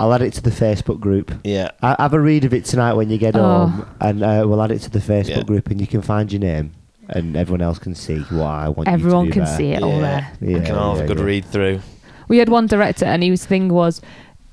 S2: I'll add it to the Facebook group.
S1: yeah
S2: I, have a read of it tonight when you get
S3: Oh.
S2: home, and uh, we'll add it to the Facebook
S1: Yeah.
S2: group, and you can find your name, and everyone else can see what I want. you to
S3: everyone
S2: do
S3: can
S2: there.
S3: see it all
S1: Yeah.
S3: there
S2: Yeah,
S1: you can all
S2: yeah,
S1: have a good
S2: yeah.
S1: read through
S3: we had one director and his thing was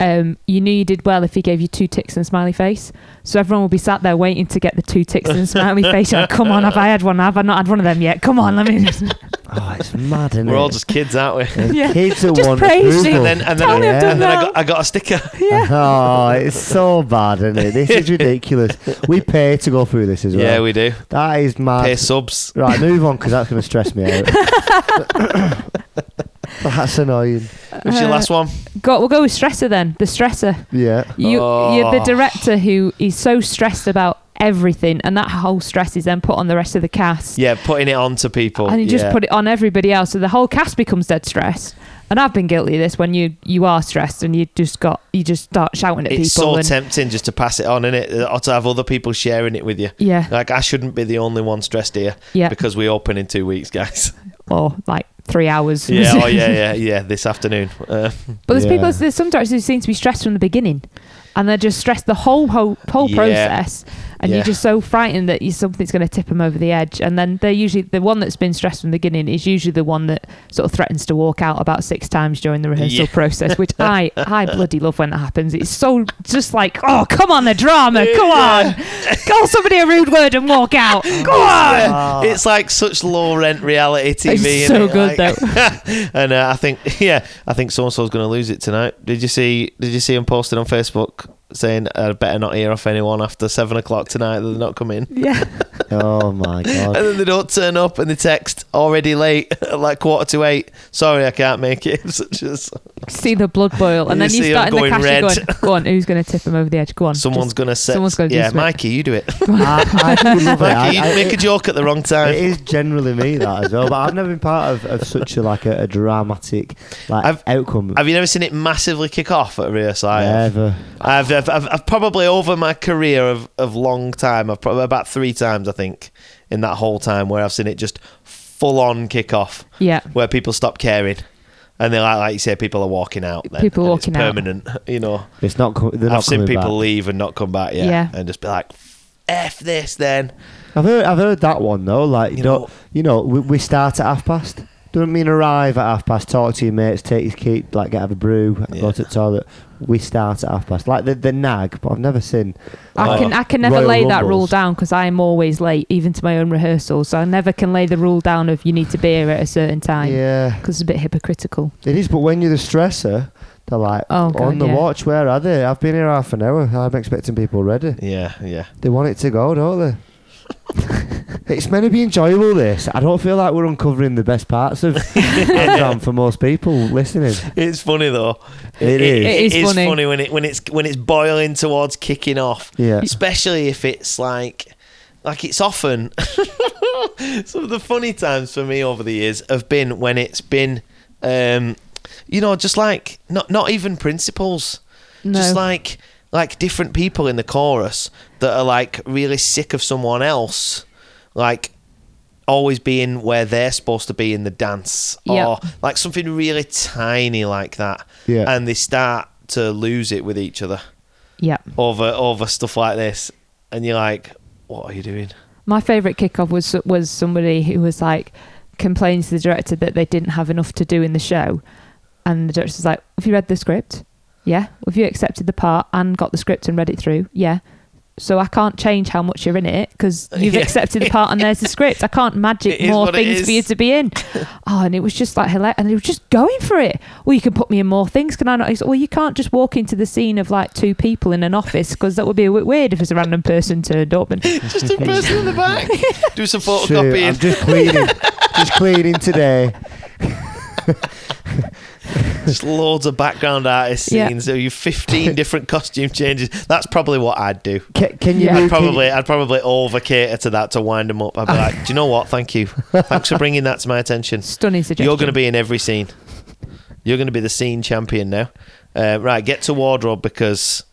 S3: um, you knew you did well if he gave you two ticks and a smiley face. So everyone would be sat there waiting to get the two ticks and a
S1: <laughs>
S3: smiley face. You're Like, come on, have I had one? Have I not had one of them yet? Come on, let
S1: <laughs>
S3: me. Just <laughs>
S2: Oh, it's mad, isn't
S1: we're
S2: it?
S1: all just kids aren't we
S2: And
S3: Yeah.
S2: Kids are
S3: <laughs> Just
S2: one
S3: praise you.
S1: and then uh, and then,
S3: Tell
S1: I,
S3: me I've done
S1: and then I,
S3: well.
S1: got, I got a sticker
S2: <laughs> oh, it's so bad, isn't
S1: <laughs>
S2: it? This is ridiculous. We pay to go through this as well.
S1: yeah we do
S2: that is
S3: Uh,
S2: mad.
S1: pay subs
S2: Right, move on because that's going to stress me out.
S3: <laughs>
S2: that's annoying.
S1: What's your
S3: Uh,
S1: last one?
S3: Go, we'll go with stressor then. The stressor.
S2: Yeah.
S3: You, you're the
S1: Oh.
S3: director who is so stressed about everything, and that whole stress is then put on the rest of the cast.
S1: Yeah, putting it on to people.
S3: And you just
S1: Yeah.
S3: put it on everybody else, so the whole cast becomes dead stressed. And I've been guilty of this when you you are stressed and you just got you just start shouting at
S1: It's
S3: people.
S1: so
S3: and,
S1: tempting just to pass it on, is it? Or to have other people sharing it with you.
S3: yeah,
S1: Like I shouldn't be the only one stressed here
S3: yeah,
S1: because we open in two weeks,
S3: <laughs>
S1: guys.
S3: or like three hours.
S1: Yeah, oh yeah, yeah, yeah. This afternoon. Uh,
S3: but there's
S2: Yeah.
S3: people there's some directors who seem to be stressed from the beginning, and they're just stressed the whole whole, whole
S1: Yeah.
S3: process. and
S1: Yeah.
S3: you're just so frightened that you something's going to tip them over the edge. And then they're usually the one that's been stressed from the beginning is usually the one that sort of threatens to walk out about six times during the rehearsal
S1: Yeah. <laughs>
S3: process, which I I bloody love when that happens. It's so just like, oh come on, the drama, come
S1: Yeah.
S3: on, call somebody a rude word and walk
S1: <laughs>
S3: out. Go on.
S2: Ah.
S1: It's like such low rent reality TV.
S3: It's
S1: isn't
S3: so
S1: it?
S3: good,
S1: Like- <laughs> and uh, I think, yeah, I think so and so's going to lose it tonight. Did you see? Did you see him posted on Facebook saying, "I better not hear off anyone after seven o'clock tonight. They're not coming."
S3: Yeah.
S2: oh my
S1: <laughs>
S2: god.
S1: And then they don't turn up, and they text already late, <laughs> like quarter to eight. Sorry, I can't make it. <laughs> Such as
S3: see the blood boil, and
S1: You
S3: then you
S1: see 'em
S3: start in the
S1: going
S3: cash.
S1: red.
S3: You're going, go on, who's going to tip him over the edge? Go on,
S1: someone's
S3: just-
S1: going to set.
S3: someone's gonna do
S1: yeah,
S3: something.
S1: Mikey, you do it.
S2: I, I do love it. I-
S1: Mikey, you
S2: I-
S1: make a joke at the wrong time.
S2: Uh, it is generally me that as well, but I've never been part of, of such a like a, a dramatic like
S1: I've-
S2: outcome.
S1: Have you never seen it massively kick off at a rehearsal? I have.
S2: ever.
S1: I've, I've, I've, I've probably over my career of, of long time, I've probably about three times, I think, in that whole time where I've seen it just full on kick off,
S3: Yeah,
S1: where people stop caring. And they're like, like you say, people are walking out. Then,
S3: People
S1: and it's
S3: walking out.
S1: permanent, <laughs> you know.
S2: It's not. Co- they're not
S1: I've seen
S2: coming
S1: people
S2: back.
S1: leave and not come back yet.
S3: Yeah.
S1: And just be like, F this then.
S2: I've heard. I've heard that one though. Like
S1: You
S2: you know,
S1: know-
S2: you know, we, we start at half past. Doesn't mean arrive at half past. Talk to your mates. Take your key. Like get have a brew.
S1: Yeah.
S2: Go to the toilet. We start at half past. Like the the nag. But I've never seen.
S3: I
S2: like,
S3: can I can never
S2: Royal
S3: lay that rule
S2: Rumbles.
S3: down because I am always late, even to my own rehearsals. So I never can lay the rule down of you need to be here at a certain time
S2: Yeah,
S3: because it's a bit hypocritical.
S2: it is. But when you're the stressor, they're like
S3: Oh, God,
S2: on the
S3: yeah.
S2: watch. Where are they? I've been here half an hour. I'm expecting people ready.
S1: Yeah, <laughs> yeah.
S2: They want it to go, don't they? <laughs> it's meant to be enjoyable. This. I don't feel like we're uncovering the best
S1: <laughs>
S2: parts of Amsterdam for most people listening.
S1: It's funny though.
S2: It is.
S1: It is,
S3: It is funny.
S1: funny when it when it's when it's boiling towards kicking off.
S2: Yeah.
S1: especially if it's like like it's often <laughs> some of the funny times for me over the years have been when it's been um you know just like not not even principals
S3: No.
S1: just like like different people in the chorus that are like really sick of someone else like always being where they're supposed to be in the dance
S3: Yep.
S1: or like something really tiny like that
S2: Yeah.
S1: and they start to lose it with each other
S3: Yeah,
S1: over over stuff like this, and you're like, "What are you doing?"
S3: my favourite kickoff was was somebody who was like complaining to the director that they didn't have enough to do in the show, and the director was like, "Have you read the script? Yeah. Have you accepted the part and got the script and read it through? Yeah." So I can't change how much you're in it
S1: <laughs>
S3: because you've
S1: Yeah.
S3: accepted the part and there's the script. I can't magic
S1: It is
S3: more
S1: what it
S3: things for
S1: is.
S3: you to
S1: <laughs>
S3: be in. Oh, and it was just like hilarious. And they were just going for it. Well, you can put me in more things. Can I not? Well, you can't just walk into the scene of like two people in an office because that would be a bit weird if it's a random person turned up.
S1: <laughs>
S3: And
S1: Just a person in the back. <laughs> Do some
S2: Sure, I'm
S1: photocopying.
S2: just cleaning. just cleaning today.
S1: <laughs> Just loads of background artist
S3: Yeah.
S1: scenes. So you 15 different costume changes. That's probably what I'd do.
S2: Can, can you
S3: Yeah.
S2: do-
S1: I'd
S2: can-
S1: probably I'd probably over cater to that to wind them up. I'd be <laughs> like, "Do you know what? Thank you. Thanks for bringing that to my attention.
S3: Stunning suggestion.
S1: You're going to be in every scene. You're going to be the scene champion now. Uh, right, get to wardrobe because."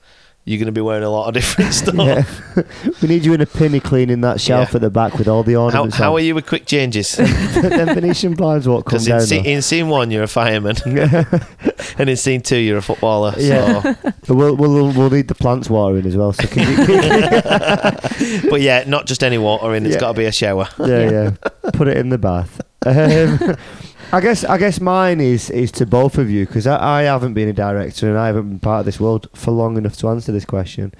S1: You're going to be wearing a lot of different stuff.
S2: Yeah. we need you in a pinny cleaning that shelf
S1: Yeah.
S2: at the back with all the
S1: How,
S2: ornaments.
S1: how are
S2: on.
S1: you with quick changes?
S2: <laughs> Them Venetian blinds won't come
S1: Because in,
S2: down.
S1: se-
S2: though.
S1: in scene one, you're a fireman, <laughs> and in scene two, you're a footballer.
S2: Yeah.
S1: So.
S2: But <laughs> we'll, we'll, we'll need the plants watering as well. So can you,
S1: But yeah, not just any watering. It's
S2: Yeah.
S1: got to be a shower.
S2: <laughs> yeah,
S3: Yeah.
S2: yeah. Put it in the bath. Um, <laughs> I guess I guess mine is is to both of you because I, I haven't been a director and I haven't been part of this world for long enough to answer this question,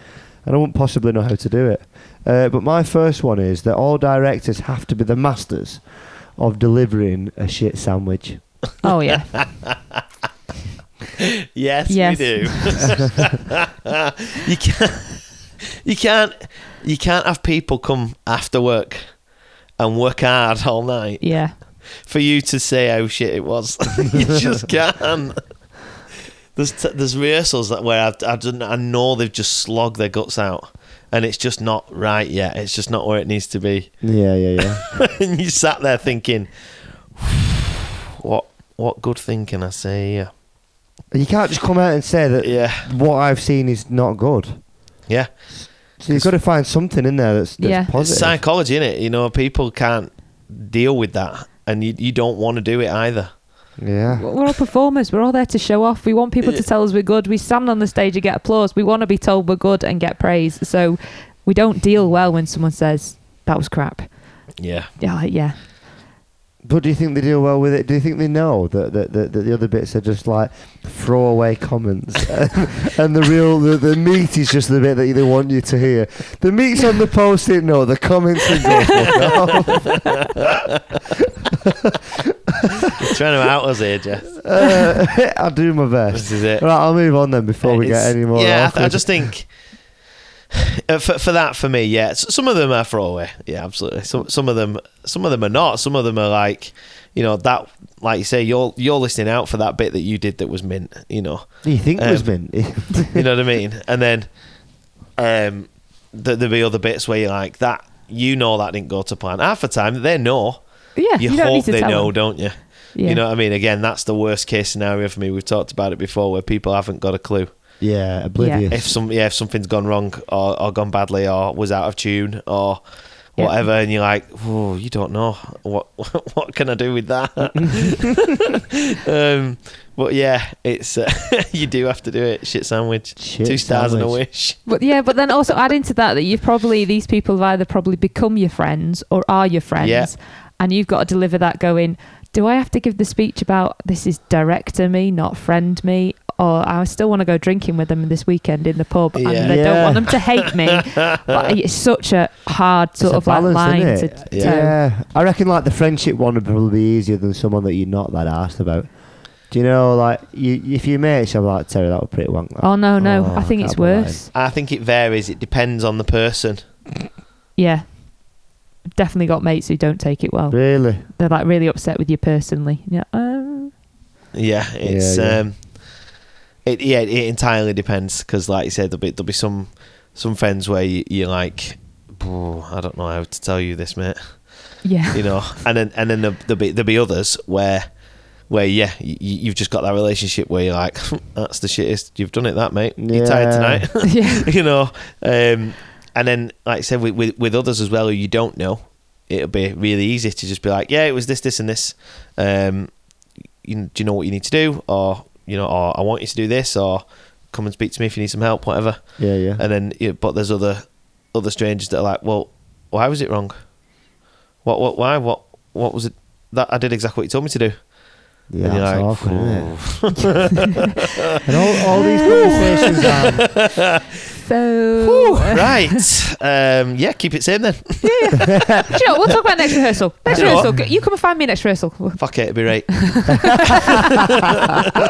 S2: and I wouldn't possibly know how to do it. Uh, but my first one is that all directors have to be the masters of delivering a shit sandwich.
S3: Oh yeah. <laughs>
S1: Yes,
S3: Yes.
S1: we do. you can't. You can't. You can't have people come after work and work hard all night
S3: Yeah.
S1: for you to say how shit it was. <laughs> you just can't. There's t- there's rehearsals that where I've, I've done, I know they've just slogged their guts out, and it's just not right yet. It's just not where it needs to be.
S2: Yeah, yeah, yeah.
S1: <laughs> and you sat there thinking, <sighs> what what good thing can I say? here?"
S2: <laughs> you can't just come out and say that
S1: Yeah,
S2: what I've seen is not good.
S1: yeah.
S2: So you've got to find something in there that's, that's
S3: Yeah. It's
S1: It's
S2: positive.
S1: psychology, innit? You know, people can't deal with that, and you you don't want to do it either.
S2: yeah.
S3: We're all performers. We're all there to show off. We want people to tell us we're good. We stand on the stage and get applause. We want to be told we're good and get praise. So we don't deal well when someone says that was crap.
S1: <laughs> Yeah.
S3: Yeah, like, yeah.
S2: But do you think they deal well with it? Do you think they know that that, that, that the other bits are just like throwaway comments, <laughs> and the real the, the meat is just the bit that they want you to hear? The meat's on the post-it note. The comments are go fuck off.
S1: You're trying to out us here, Jeff.
S2: Uh, <laughs> I'll do my best.
S1: This is it.
S2: Right, I'll move on then before we
S1: It's-
S2: get any more.
S1: Yeah, I, th- I
S2: awkward.
S1: just think uh, for, for that for me, yeah, s- some of them are throwaway. Yeah, absolutely. Some some of them some of them are not. Some of them are like, you know, that like you say, you're you're listening out for that bit that you did that was mint. You know,
S2: you think it was
S1: um,
S2: mint.
S1: you know what I mean. And then, um, th- there'll be other bits where you're like that. You know that didn't go to plan. Half the time they know.
S3: Yeah,
S1: You,
S3: you, don't
S1: hope
S3: need to
S1: they
S3: tell
S1: know,
S3: them.
S1: don't you?
S3: Yeah.
S1: You know what I mean? Again, that's the worst case scenario for me. We've talked about it before, where people haven't got a clue
S2: <laughs> yeah, oblivious.
S1: if some yeah if something's gone wrong or, or gone badly or was out of tune or
S3: Yeah.
S1: whatever and you're like oh you don't know what <laughs> what can i do with
S2: <laughs>
S1: that um but yeah it's uh, <laughs> you do have to do it shit sandwich
S2: Shit
S1: two stars and a
S2: sandwich.
S1: wish
S3: But yeah, but then also adding to that that you've probably these people have either probably become your friends or are your friends,
S1: Yeah.
S3: and you've got to deliver that going. Do I have to give the speech about this is director me, not friend me, or I still want to go drinking with them this weekend in the pub,
S1: Yeah.
S3: and they don't
S2: Yeah.
S3: want them to hate
S2: <laughs>
S3: me. but it's such a hard
S2: It's
S3: sort
S2: a
S3: of like
S2: balance,
S3: line
S2: isn't
S3: to,
S2: it?
S3: to
S1: Yeah.
S2: yeah. I reckon like the friendship one would probably be easier than someone that you're not that asked about. Do you know, like, you, if you mates, I'm like, Terry, that was pretty wank. that."
S3: Oh no, no,
S2: Oh,
S3: I think
S2: can't
S3: it's
S2: be lying.
S3: worse.
S1: i think it varies it depends on the person
S3: Yeah, definitely got mates who don't take it well.
S2: Really?
S3: They're like really upset with you personally. Yeah. Um,
S1: yeah it's
S2: yeah.
S1: um it yeah it entirely depends because like you said there'll be there'll be some some friends where you, you're like "Oh, i don't know how to tell you this mate
S3: yeah. <laughs>
S1: you know and then and then there'll, there'll be there'll be others where where yeah you, you've just got that relationship where you're like <laughs> that's the shittest you've done it that mate you're tired
S2: Yeah.
S1: tonight <laughs>
S3: yeah.
S1: you know um and then like i said with, with with others as well who you don't know it'll be really easy to just be like yeah it was this this and this um you, do you know what you need to do or you know or i want you to do this or come and speak to me if you need some help whatever
S2: Yeah, yeah.
S1: and then yeah, but there's other other strangers that are like, well, why was it wrong? What what why what what was it that I did exactly what you told me to do?
S2: yeah,
S1: and you're
S2: that's
S1: like,
S2: awkward, isn't it?
S1: "Phew."
S2: And all, all <laughs> these conversations are.
S3: So,
S1: right, um, yeah, keep it same then. <laughs>
S3: <laughs> Do you know what? we'll talk about next rehearsal. Next
S1: You know
S3: rehearsal, you come and find me next rehearsal.
S1: Fuck it, it'd be right.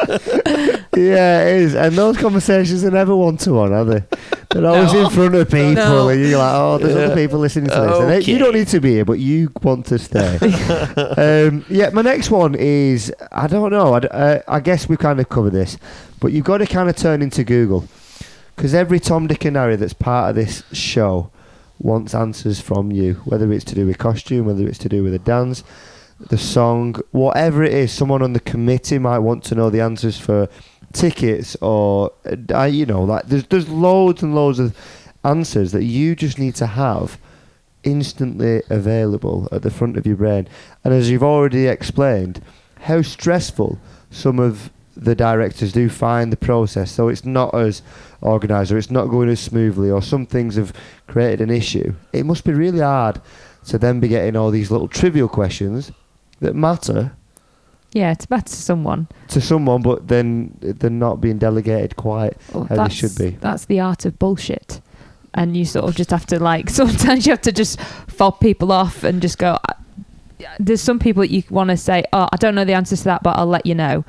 S2: Yeah, it is. And those conversations are never one to one, are they? They're always in front of people,
S3: No.
S2: and you're like, oh, there's
S1: Yeah.
S2: other people listening to this. And they-
S1: Okay.
S2: you don't need to be here, but you want to stay. um, yeah, my next one is I don't know. I, d- uh, I guess we've kind of covered this, but you've got to kind of turn into Google because every Tom, Dick, and Harry that's part of this show wants answers from you, whether it's to do with costume, whether it's to do with the dance, the song, whatever it is. Someone on the committee might want to know the answers for tickets or uh, d- I- you know, like there's there's loads and loads of answers that you just need to have instantly available at the front of your brain. And as you've already explained, how stressful some of the directors do find the process. So it's not as organised or it's not going as smoothly or some things have created an issue. It must be really hard to then be getting all these little trivial questions that matter
S3: Yeah, to matter to someone.
S2: to someone but then they're not being delegated quite
S3: Oh,
S2: How they
S3: that's-
S2: should be.
S3: That's the art of bullshit. And you sort of just have to, like, <laughs> sometimes you have to just fob people off and just go. "I- There's some people that you want to say, oh, I don't know the answer to that, but I'll let you know.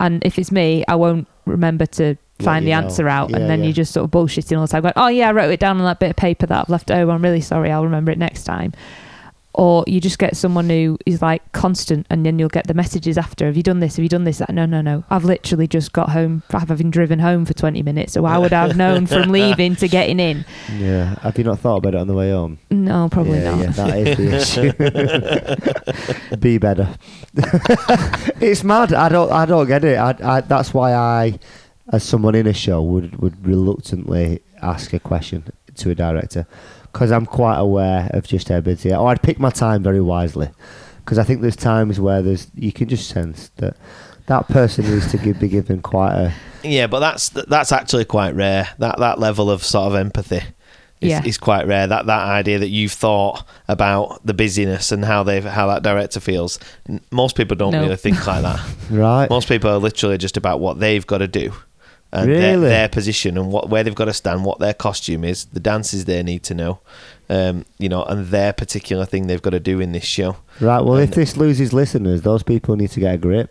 S3: And if it's me, I won't remember to
S2: Let
S3: find
S2: you
S3: the
S2: know.
S3: answer out.
S2: Yeah,
S3: and then
S2: yeah.
S3: you just sort of bullshitting all the time, going, oh, yeah, I wrote it down on that bit of paper that I've left over. I'm really sorry. I'll remember it next time. Or you just get someone who is like constant and then you'll get the messages after. Have you done this? Have you done this? That? No, no, no. I've literally just got home, having driven home for 20 minutes. So I would
S2: <laughs>
S3: have known from leaving to getting in.
S2: Yeah. Have you not thought about it on the way home?
S3: No, probably
S2: yeah,
S3: not.
S2: Yeah, that is the
S3: <laughs>
S2: issue. Be better. <laughs> it's mad. I don't. I don't get it. I, I, that's why I, as someone in a show, would would reluctantly ask a question to a director because I'm quite aware of just how busy. I- Or I'd pick my time very wisely because I think there's times where there's you can just sense that that person needs to give, be given quite a.
S1: yeah, but that's that's actually quite rare. That that level of sort of empathy. is,
S3: Yeah.
S1: is quite rare. That that idea that you've thought about the busyness and how they how that director feels. N- Most people don't
S3: No.
S1: really think like that.
S2: Right.
S1: Most people are literally just about what they've got to do. And their,
S2: Really?
S1: their position and what where they've got to stand, what their costume is, the dances they need to know, um, you know, and their particular thing they've got to do in this show.
S2: Right. Well, if
S1: And-
S2: this loses listeners, those people need to get a grip.
S3: <laughs>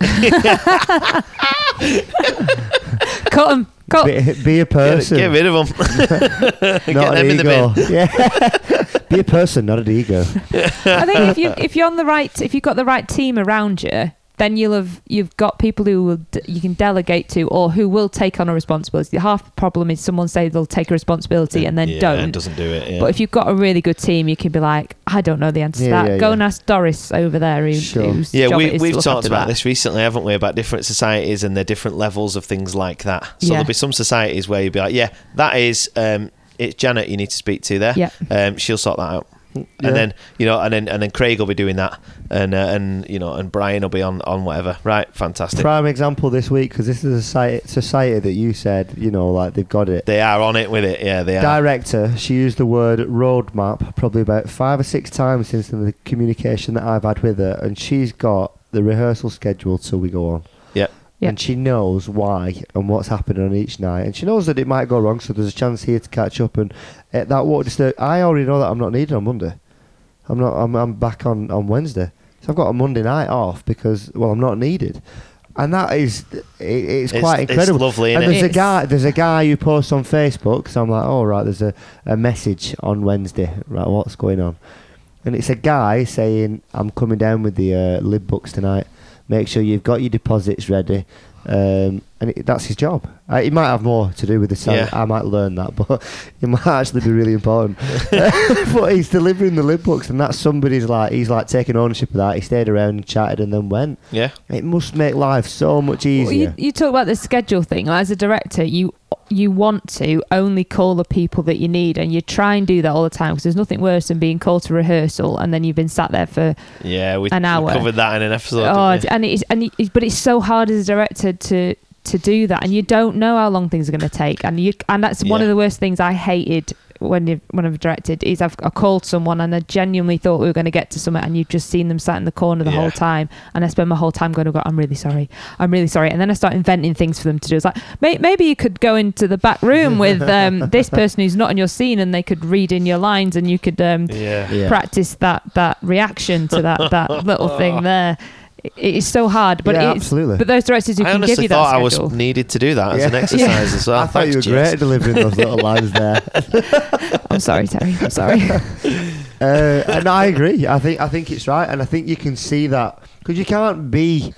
S3: Cut 'em, Cut.
S2: be, be a
S1: Get,
S2: person,
S1: get rid of <laughs> them.
S2: <laughs> not
S1: them
S2: an
S1: in the
S2: ego. <laughs> yeah. be a person, not an ego.
S3: I think if you if you're on the right if you've got the right team around you, then you'll have you've got people who will d- you can delegate to or who will take on a responsibility. Half the problem is someone say they'll take a responsibility and then
S1: Yeah,
S3: don't.
S1: and doesn't do it. Yeah.
S3: But if you've got a really good team, you can be like, I don't know the answer
S2: Yeah,
S3: to that.
S2: yeah,
S3: Go
S2: yeah.
S3: and ask Doris over there. Who,
S2: Sure.
S3: whose
S1: yeah,
S3: job
S1: we,
S3: it is to
S1: we've
S3: look
S1: talked
S3: after
S1: about
S3: that.
S1: this recently, haven't we? About different societies and their different levels of things like that. So
S3: Yeah.
S1: there'll be some societies where you'd be like, yeah, that is, um, it's Janet you need to speak to there.
S3: Yeah.
S1: Um, she'll sort that out. And then you know, and then and then Craig will be doing that, and uh, and you know, and Brian will be on on whatever. Right, fantastic.
S2: Prime example this week because this is a society, society that you said you know like they've got it.
S1: they are on it with it. Yeah, they are.
S2: Director, she used the word roadmap probably about five or six times since the communication that I've had with her, and she's got the rehearsal schedule till we go on.
S1: Yep.
S3: Yeah.
S2: And she knows why and what's happening on each night, and she knows that it might go wrong, so there's a chance here to catch up. And uh, that what just uh, I already know that I'm not needed on Monday. I'm not. I'm, I'm back on on Wednesday, so I've got a Monday night off because well, I'm not needed, and that is it, it's,
S1: It's-
S2: quite
S1: it's
S2: incredible.
S1: lovely,
S2: and
S1: innit?
S2: there's a
S3: It's-
S2: guy. There's a guy who posts on Facebook. So I'm like, oh right, there's a a message on Wednesday. Right, what's going on? And it's a guy saying, I'm coming down with the uh, lib books tonight. Make sure you've got your deposits ready. Um, and it, that's his job. Uh, he might have more to do with the sound.
S1: Yeah.
S2: I might learn that, <laughs> but it might actually be really important. <laughs> but he's delivering the lib books, and that's somebody's like he's like taking ownership of that. He stayed around and chatted, and then went.
S1: Yeah,
S2: It must make life so much
S3: Well,
S2: easier.
S3: you, you talk about the schedule thing. As a director, you you want to only call the people that you need, and you try and do that all the time because there's nothing worse than being called to rehearsal and then you've been sat there for
S1: yeah. We,
S3: An
S1: we
S3: hour.
S1: covered that in an episode.
S3: oh,
S1: didn't we?
S3: and it's and it, but it's so hard as a director to to do that, and you don't know how long things are going to take, and you and that's one
S1: Yeah.
S3: of the worst things I hated when you when I've directed is I've I called someone and I genuinely thought we were going to get to something, and you've just seen them sat in the corner the
S1: Yeah.
S3: whole time, and I spend my whole time going, "Oh God, I'm really sorry, I'm really sorry," and then I start inventing things for them to do. It's like may, maybe you could go into the back room with
S1: <laughs>
S3: um, this person who's not in your scene, and they could read in your lines, and you could um,
S1: yeah.
S2: Yeah.
S3: practice that that reaction to that
S1: <laughs>
S3: that little thing there. It, it's so hard, but
S2: yeah,
S3: it's
S2: absolutely.
S3: but those directors who
S1: I
S3: can give
S1: honestly
S3: you that
S1: thought I was
S3: schedule.
S1: needed to do that as
S2: Yeah. <laughs>
S1: an
S2: Yeah.
S1: exercise as well.
S2: I thought you were
S1: Thanks,
S2: great
S1: Jess.
S2: at delivering
S1: <laughs>
S2: those little lines there.
S3: I'm sorry, Terry. I'm sorry.
S2: uh, and I agree. I think I think it's right, and I think you can see that because you can't be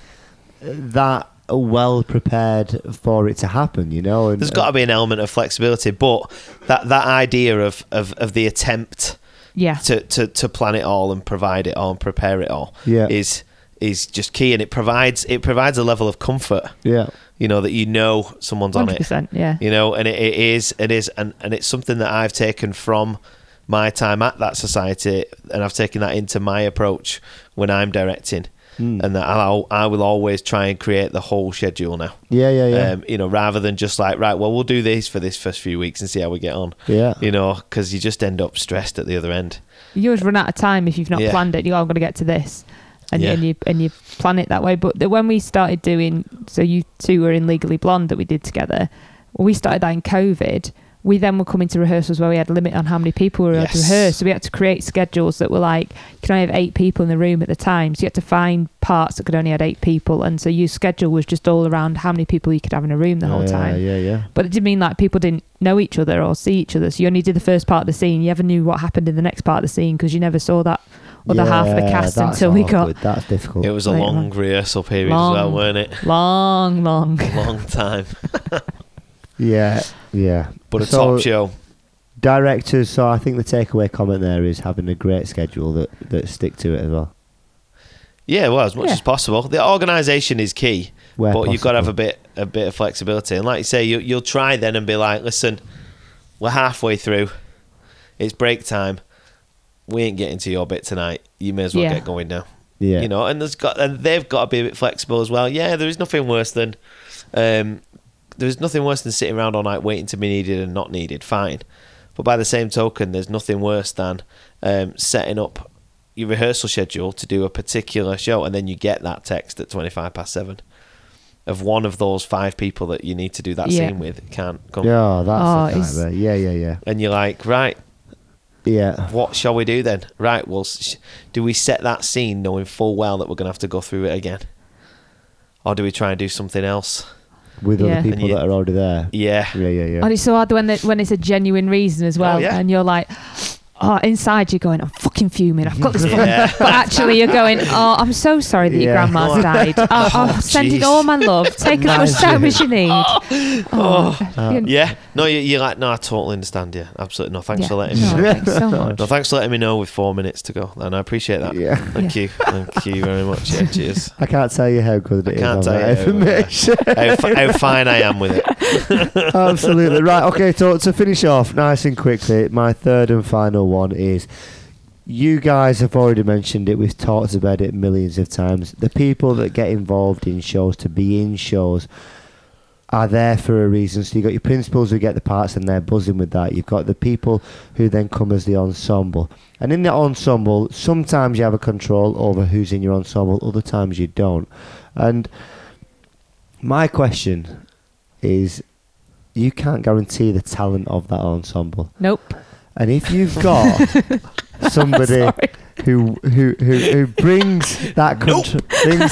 S2: that well prepared for it to happen. You know, and, uh,
S1: There's got to be an element of flexibility, but that that idea of of, of the attempt
S3: yeah,
S1: to, to to plan it all and provide it all and prepare it all
S2: Yeah.
S1: is is just key, and it provides it provides a level of comfort,
S2: yeah,
S1: you know, that you know someone's on
S3: hundred
S1: it,
S3: percent. Yeah,
S1: you know, and it, it is it is, and and it's something that I've taken from my time at that society, and I've taken that into my approach when I'm directing,
S2: Hmm. Mm.
S1: and that I'll I will always try and create the whole schedule now
S2: yeah, yeah, yeah.
S1: um, you know, rather than just like, right, well, we'll do this for this first few weeks and see how we get on.
S2: Yeah.
S1: You know, because you just end up stressed at the other end.
S3: you always run out of time if you've not
S1: Yeah.
S3: planned it. You are going to get to this, and,
S1: Yeah.
S3: and you and you plan it that way. But the, when we started doing, so you two were in Legally Blonde that we did together. When we started that in COVID, we then were coming to rehearsals where we had a limit on how many people we were able to
S1: Yes.
S3: rehearse. So we had to create schedules that were like, can I have eight people in the room at the time? So you had to find parts that could only had eight people, and so your schedule was just all around how many people you could have in a room the whole
S2: yeah,
S3: time.
S2: Yeah, yeah.
S3: But it did mean like people didn't know each other or see each other. So you only did the first part of the scene. You never knew what happened in the next part of the scene because you never saw that other half of the
S2: Yeah,
S3: cast
S2: that's
S3: until we
S2: awkward.
S3: got
S2: That's difficult.
S1: It was a
S3: Right,
S1: long
S3: right.
S1: rehearsal period as well,
S3: Long.
S1: weren't it? <laughs>
S3: long, long.
S1: Long time.
S2: yeah, yeah.
S1: But a
S2: So-
S1: top show.
S2: Directors. So I think the takeaway comment there is having a great schedule that that stick to it as well.
S1: Yeah, well, as much
S3: Yeah.
S1: as possible. The organisation is key,
S2: Where
S1: but you've got to have a
S2: possible.
S1: bit, a bit of flexibility. And like you say, you, you'll try then and be like, listen, we're halfway through. It's break time. We ain't getting to your bit tonight. You may as well
S3: Yeah.
S1: get going now.
S2: Yeah,
S1: you know, and there's got and they've got to be a bit flexible as well. Yeah, there is nothing worse than um, there is nothing worse than sitting around all night waiting to be needed and not needed. Fine, But by the same token, there's nothing worse than um, setting up your rehearsal schedule to do a particular show, and then you get that text at 25 past seven of one of those five people that you need to do that
S3: Yeah.
S1: scene with can't come.
S2: Yeah,
S3: Oh,
S2: that's the
S3: it's-
S2: kind of, yeah, yeah, yeah,
S1: And you're like, right,
S2: yeah.
S1: what shall we do then? Right, well, s- do we set that scene knowing full well that we're going to have to go through it again? Or do we try and do something else?
S2: With
S3: Yeah.
S2: other people
S1: And you-
S2: that are already there. <laughs>
S1: Yeah.
S2: Yeah, yeah, yeah.
S3: And it's so hard when they, when it's a genuine reason as well,
S1: yeah.
S3: and you're like, oh, inside you're going, I'm fucking fuming. I've got this,
S1: <laughs>
S3: fucking-" <laughs>
S1: Yeah.
S3: but actually you're going, oh, I'm so sorry that
S2: Yeah.
S3: your grandma's
S1: Oh.
S3: died. Oh, I'm
S1: Oh,
S3: sending
S1: jeez.
S3: all my love. Take as much time as you need. Oh,
S1: <laughs>
S3: fucking-
S1: Yeah. No, you- you're like, no, I totally understand you. Absolutely. No, thanks
S3: yeah.
S1: for letting me
S3: No,
S1: know.
S3: thanks so much.
S1: No, thanks for letting me know with four minutes to go. And I appreciate that.
S2: Yeah.
S1: Thank you. Thank you very
S3: <laughs>
S1: much. Yeah, cheers.
S2: I can't tell you how good
S1: I
S2: it is.
S1: can't
S2: on
S1: tell
S2: that
S1: you how-
S2: information.
S1: How, f- how fine I am with it.
S2: Absolutely right. Okay, so to finish off nice and quickly, my third and final one is you guys have already mentioned it. We've talked about it millions of times. The people that get involved in shows to be in shows are there for a reason. So you've got your principals who get the parts and they're buzzing with that. You've got the people who then come as the ensemble. And in the ensemble, sometimes you have a control over who's in your ensemble, other times you don't. And my question is you can't guarantee the talent of that ensemble.
S3: Nope.
S2: And if you've got somebody
S3: Sorry.
S2: who, who who who brings that country, brings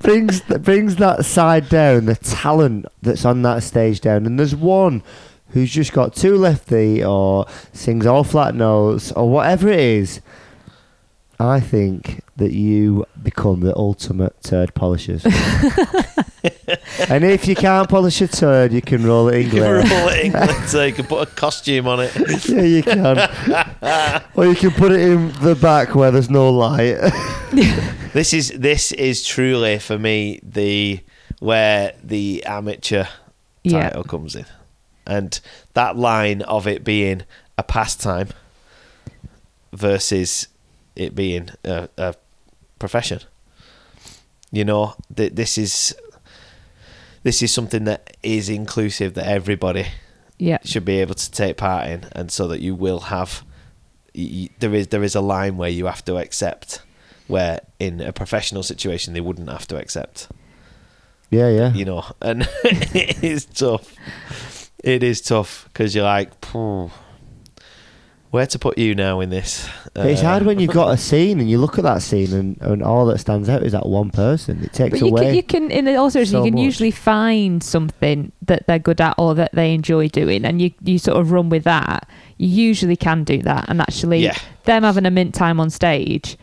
S2: <laughs> brings th- brings that side down, the talent that's on that stage down, and there's one who's just got two lefty or sings all flat notes or whatever it is. I think that you become the ultimate turd
S1: <laughs>
S2: polishers. and if you can't polish a turd, you can roll it in
S1: You
S2: glue.
S1: can roll it in glitter. You can put a costume on it.
S2: Yeah, you can. or you can put it in the back where there's no light.
S1: This is this is truly for me the where the amateur
S3: Yeah.
S1: title comes in, and that line of it being a pastime versus it being a, a profession. You know, th- this is this is something that is inclusive that everybody
S3: Yeah.
S1: should be able to take part in, and so that you will have. y y there is there is a line where you have to accept, where in a professional situation they wouldn't have to accept.
S2: yeah, yeah.
S1: You know, <laughs> and it is tough. It is tough because you're like, "Phew, where to put you now in this?
S2: it's
S1: Uh,
S2: hard when you've got a scene and you look at that scene and, and all that stands out is that one person. It takes
S3: But you
S2: away.
S3: can, you can, in all seriousness,
S2: so
S3: you can
S2: much.
S3: usually find something that they're good at or that they enjoy doing, and you, you sort of run with that. You usually can do that, and actually,
S1: Yeah.
S3: them having a mint time on stage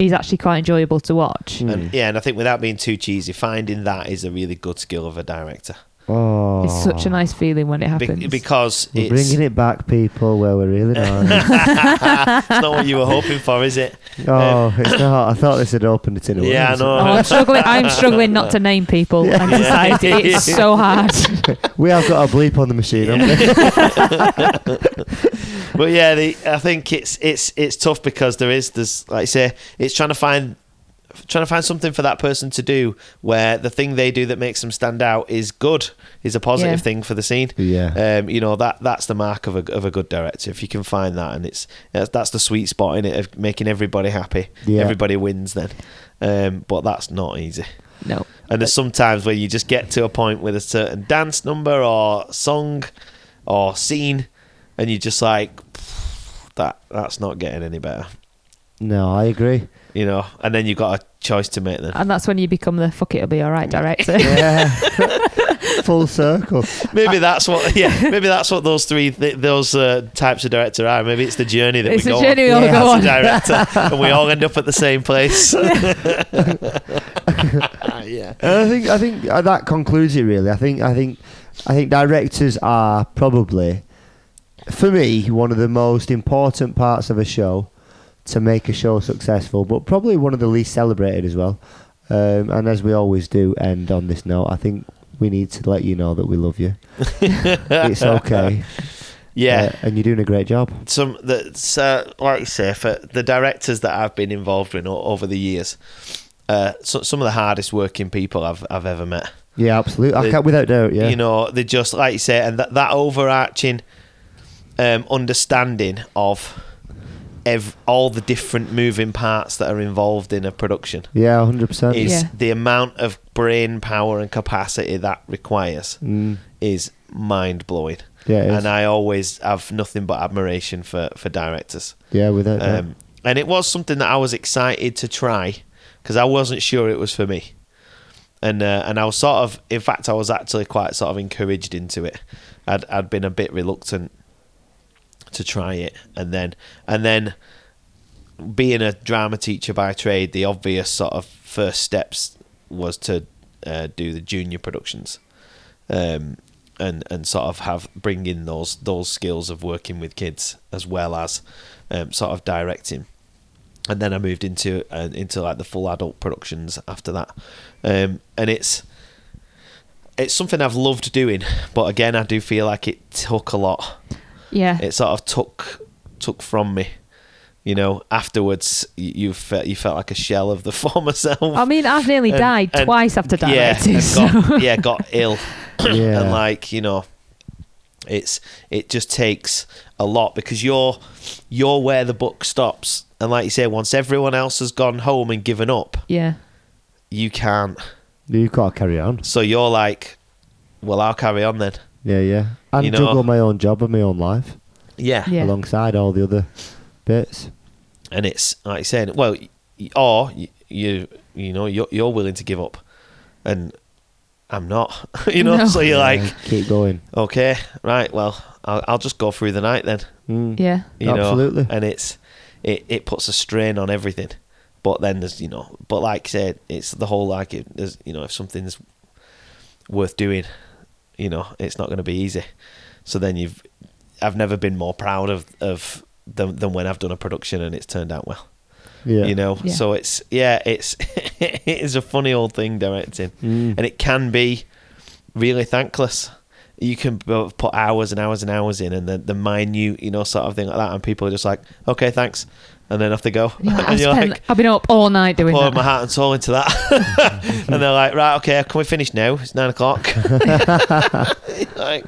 S3: is actually quite enjoyable to watch.
S2: Mm.
S1: and- yeah, and I think without being too cheesy, finding that is a really good skill of a director
S2: oh,
S3: It's such a nice feeling when it
S1: Be-
S3: happens.
S1: because
S2: We're
S1: it's, <laughs>
S2: bringing it back, people, where we're really not.
S1: it's not what you were hoping for, is it?
S2: oh, it's not. I thought this had opened it in a way.
S1: Yeah, I know.
S3: oh, I'm struggling. I'm struggling not
S1: <laughs>
S3: to name people and society. It's so hard. Oh.
S2: We have got a bleep on the machine, haven't we?
S1: but yeah, the, I think it's it's it's tough because there is there's like I say, it's trying to find trying to find something for that person to do where the thing they do that makes them stand out is good, is a positive
S3: Yeah.
S1: thing for the scene.
S2: Yeah.
S1: um, you know that that's the mark of a of a good director if you can find that, and it's that's, that's the sweet spot in it of making everybody happy.
S2: Yeah.
S1: Everybody wins then, um, but that's not easy.
S3: No.
S1: And there's sometimes where you just get to a point with a certain dance number or song or scene, and you're just like, that that's not getting any better,
S2: No, I agree.
S1: <laughs> you know. And then you've got a choice to make. Then
S3: And that's when you become the fuck it, it'll be all right
S1: <laughs>
S3: director.
S2: Yeah. <laughs> Full circle.
S1: maybe that's
S3: <laughs>
S1: what, yeah, maybe that's what those three th- those uh, types of director are. Maybe it's the journey that
S3: it's
S1: we
S3: a
S1: go
S3: journey we all
S2: Yeah.
S3: go
S1: on
S3: on.
S1: as a director, and we all end up at the same
S3: <laughs>
S1: place. <laughs> yeah.
S2: And I think I think uh, that concludes it. Really, I think I think I think directors are probably, for me, one of the most important parts of a show to make a show successful, but probably one of the least celebrated as well. Um, and as we always do, end on this note. I think we need to let you know that we
S1: <laughs>
S2: love you. it's okay.
S1: Yeah.
S2: Uh, and you're doing a great job.
S1: some that's uh, like you say for the directors that I've been involved in o- over the years, uh, so, some of the hardest working people I've I've ever met.
S2: Yeah, absolutely. I
S1: The-
S2: can't, without doubt. Yeah.
S1: You know, they just like you say, and that that overarching um, understanding of ev- all the different moving parts that are involved in a production
S2: Yeah, hundred percent.
S1: is
S3: Yeah.
S1: the amount of brain power and capacity that requires
S2: Mm,
S1: is mind blowing.
S2: yeah, it is.
S1: And I always have nothing but admiration for, for directors.
S2: yeah, without doubt.
S1: Um, and it was something that I was excited to try because I wasn't sure it was for me. And uh, and I was sort of, in fact, I was actually quite sort of encouraged into it. I'd I'd been a bit reluctant to try it, and then and then being a drama teacher by trade, the obvious sort of first steps was to uh, do the junior productions, um, and and sort of have bring in those those skills of working with kids as well as um, sort of directing, and then I moved into uh, into like the full adult productions after that, um, and it's it's something I've loved doing, but again I do feel like it took a lot
S3: Yeah.
S1: it sort of took took from me. You know, afterwards y- you felt you felt like a shell of the <laughs> former self.
S3: Oh, I mean, I've nearly
S1: And-
S3: died
S1: and-
S3: twice after
S1: yeah,
S3: directing.
S1: and
S3: so-
S1: got, yeah, got ill, <clears throat>
S2: Yeah.
S1: and like you know, it's it just takes a lot because you're you're where the book stops, and like you say, once everyone else has gone home and given up,
S3: <laughs> yeah.
S1: you can't.
S2: You've got to carry on.
S1: So you're like, well, I'll carry on then.
S2: Yeah, yeah. And
S1: You know-
S2: juggle my own job and my own life
S3: Yeah.
S2: alongside all the other bits.
S1: and it's like you said, well, y- or y- you you know you're you're willing to give up, and I'm not, <laughs> you know.
S3: No.
S1: So you're
S2: Yeah,
S1: like,
S2: keep going.
S1: okay, right, well, I'll I'll just go through the night then,
S2: Mm.
S3: Yeah.
S1: you
S2: Absolutely.
S1: know. And it's it it puts a strain on everything, but then there's you know, but like I said, it's the whole like it, there's you know if something's worth doing, you know, it's not going to be easy. So then you've I've never been more proud of of than, than when I've done a production and it's turned out well
S2: Yeah.
S1: you know
S3: Yeah.
S1: so it's yeah it's <laughs> it is a funny old thing directing
S2: Mm.
S1: and it can be really thankless you can bo- put hours and hours and hours in and the, the minute you know sort of thing like that and people are just like okay thanks and then off they go <laughs>
S3: Yeah, I
S1: and you're
S3: spent,
S1: like
S3: I've been up all night doing
S1: poured
S3: that.
S1: my heart and soul into that <laughs> and they're like right okay can we finish now it's nine o'clock <laughs> like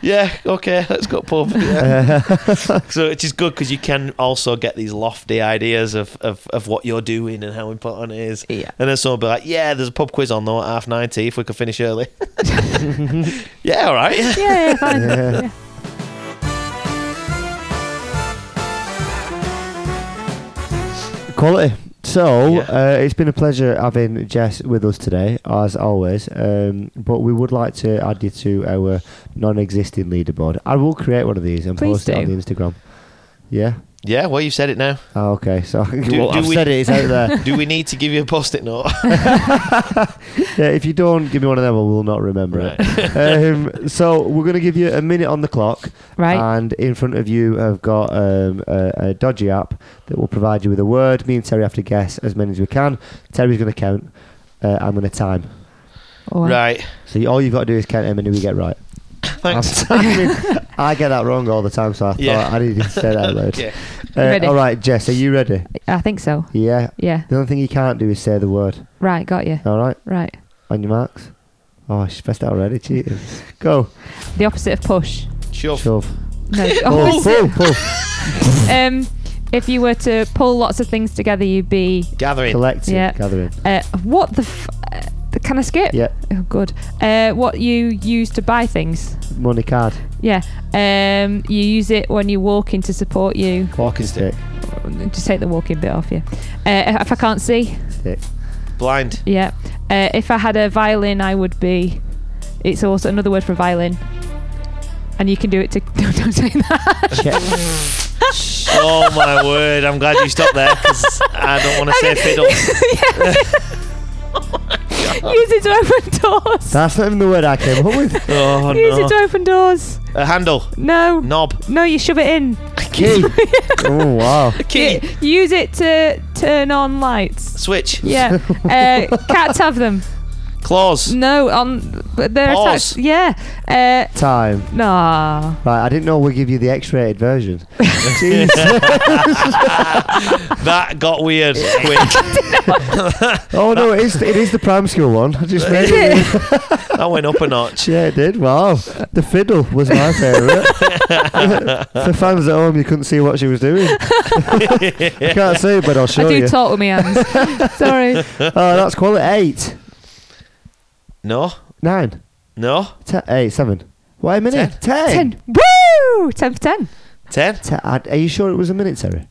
S1: yeah okay let's go pub <laughs> so which is good because you can also get these lofty ideas of, of, of what you're doing and how important it is.
S3: Yeah. <laughs>
S1: And then someone will be like, yeah, there's a pub quiz on though at half 90 if we could finish early. <laughs> yeah, all right.
S3: Yeah, yeah, fine.
S2: Yeah.
S3: Yeah.
S2: Quality. So
S1: Yeah.
S2: uh, it's been a pleasure having Jess with us today, as always. Um, but we would like to add you to our non-existing leaderboard. I will create one of these and
S3: Please
S2: post it on
S3: do.
S2: the Instagram. Yeah.
S1: Yeah, well, you've said it now.
S2: Oh, okay. So <laughs>
S1: Do-
S2: well,
S1: do
S2: I've
S1: we-
S2: said it. It's out
S1: <laughs>
S2: there.
S1: Do we need to give you a post it note?
S2: yeah, if you don't give me one of them, I will not remember it. Um, so we're going to give you a minute on the clock,
S3: Right.
S2: and in front of you have got um, a, a dodgy app that will provide you with a word. Me and Terry have to guess as many as we can. Terry's going to count. Uh, I'm going to time.
S1: <laughs>
S3: Or-
S1: right.
S2: So you, all you've got to do is count how many we get right.
S1: Thanks.
S2: I'm timing- I get that wrong all the time, so I
S1: Yeah.
S2: thought I needed to say that out loud.
S1: <laughs> Yeah.
S2: Uh,
S3: Ready.
S2: All right, Jess, are you ready?
S3: I think so.
S2: Yeah.
S3: Yeah.
S2: The only thing you can't do is say the word.
S3: Right. Got you.
S2: All right,
S3: Right.
S2: on your marks. Oh, she's best out already. Cheating. Go.
S3: The opposite of push.
S1: Shove.
S2: Shove.
S3: No. the
S2: Pull,
S3: opposite.
S2: pull,
S1: <laughs>
S2: pull.
S3: <laughs> Um, if you were to pull lots of things together, you'd be.
S1: Gathering.
S2: Collecting.
S3: Yeah.
S2: Gathering.
S3: Uh, what the? F- uh, can I skip?
S2: Yeah.
S3: Oh, good. Uh, what you use to buy things?
S2: Money card.
S3: Yeah. Um, you use it when you're walking to support you.
S2: Walking stick.
S3: Just take the walking bit off you. Uh, if I can't see,
S2: Stick.
S1: Blind. <laughs>
S3: yeah. Uh, if I had a violin, I would be. It's also another word for violin. And you can do it to. <laughs> No, don't say that.
S2: Check.
S1: <laughs> Oh my word! I'm glad you stopped there because I don't want to say
S3: <laughs>
S1: fiddle. Oh <laughs>
S3: Use it to open doors.
S2: That's not even the word I came up
S3: <laughs>
S2: with.
S1: Oh
S3: Use it to
S1: no!
S3: open doors.
S1: A handle,
S3: No.
S1: knob,
S3: No, you shove it in.
S2: Key. <laughs> oh,
S3: <laughs>
S2: wow.
S1: key,
S3: Y- Use it to turn on lights.
S1: switch,
S2: <laughs>
S3: Yeah. Uh, cats have them. <laughs>
S1: Claws. <laughs>
S3: No, on but they're
S1: Pause.
S3: attached. Yeah. Uh,
S2: Time. <laughs>
S3: nah.
S2: Right, I didn't know we'd give you the X-rated
S3: <laughs>
S2: version. Jeez.
S1: That got weird quick.
S2: Oh no, it is it is the prime school one. I just made it.
S3: Is it?
S1: That went up a notch.
S2: Yeah, it did. Wow, the fiddle was my favourite.
S3: <laughs>
S2: For fans at home, you couldn't see what she was doing. I can't see, but I'll
S3: I
S2: show
S3: do
S2: you.
S3: talk with
S2: <laughs>
S3: my hands. Sorry.
S2: oh, that's quality eight,
S1: No,
S2: nine,
S1: no.
S2: ten, eight, seven. Why a minute? Ten.
S3: Ten. Woo! Ten for ten.
S1: Ten.
S2: Te- I- are you sure it was a minute,
S3: <laughs>
S2: Terry?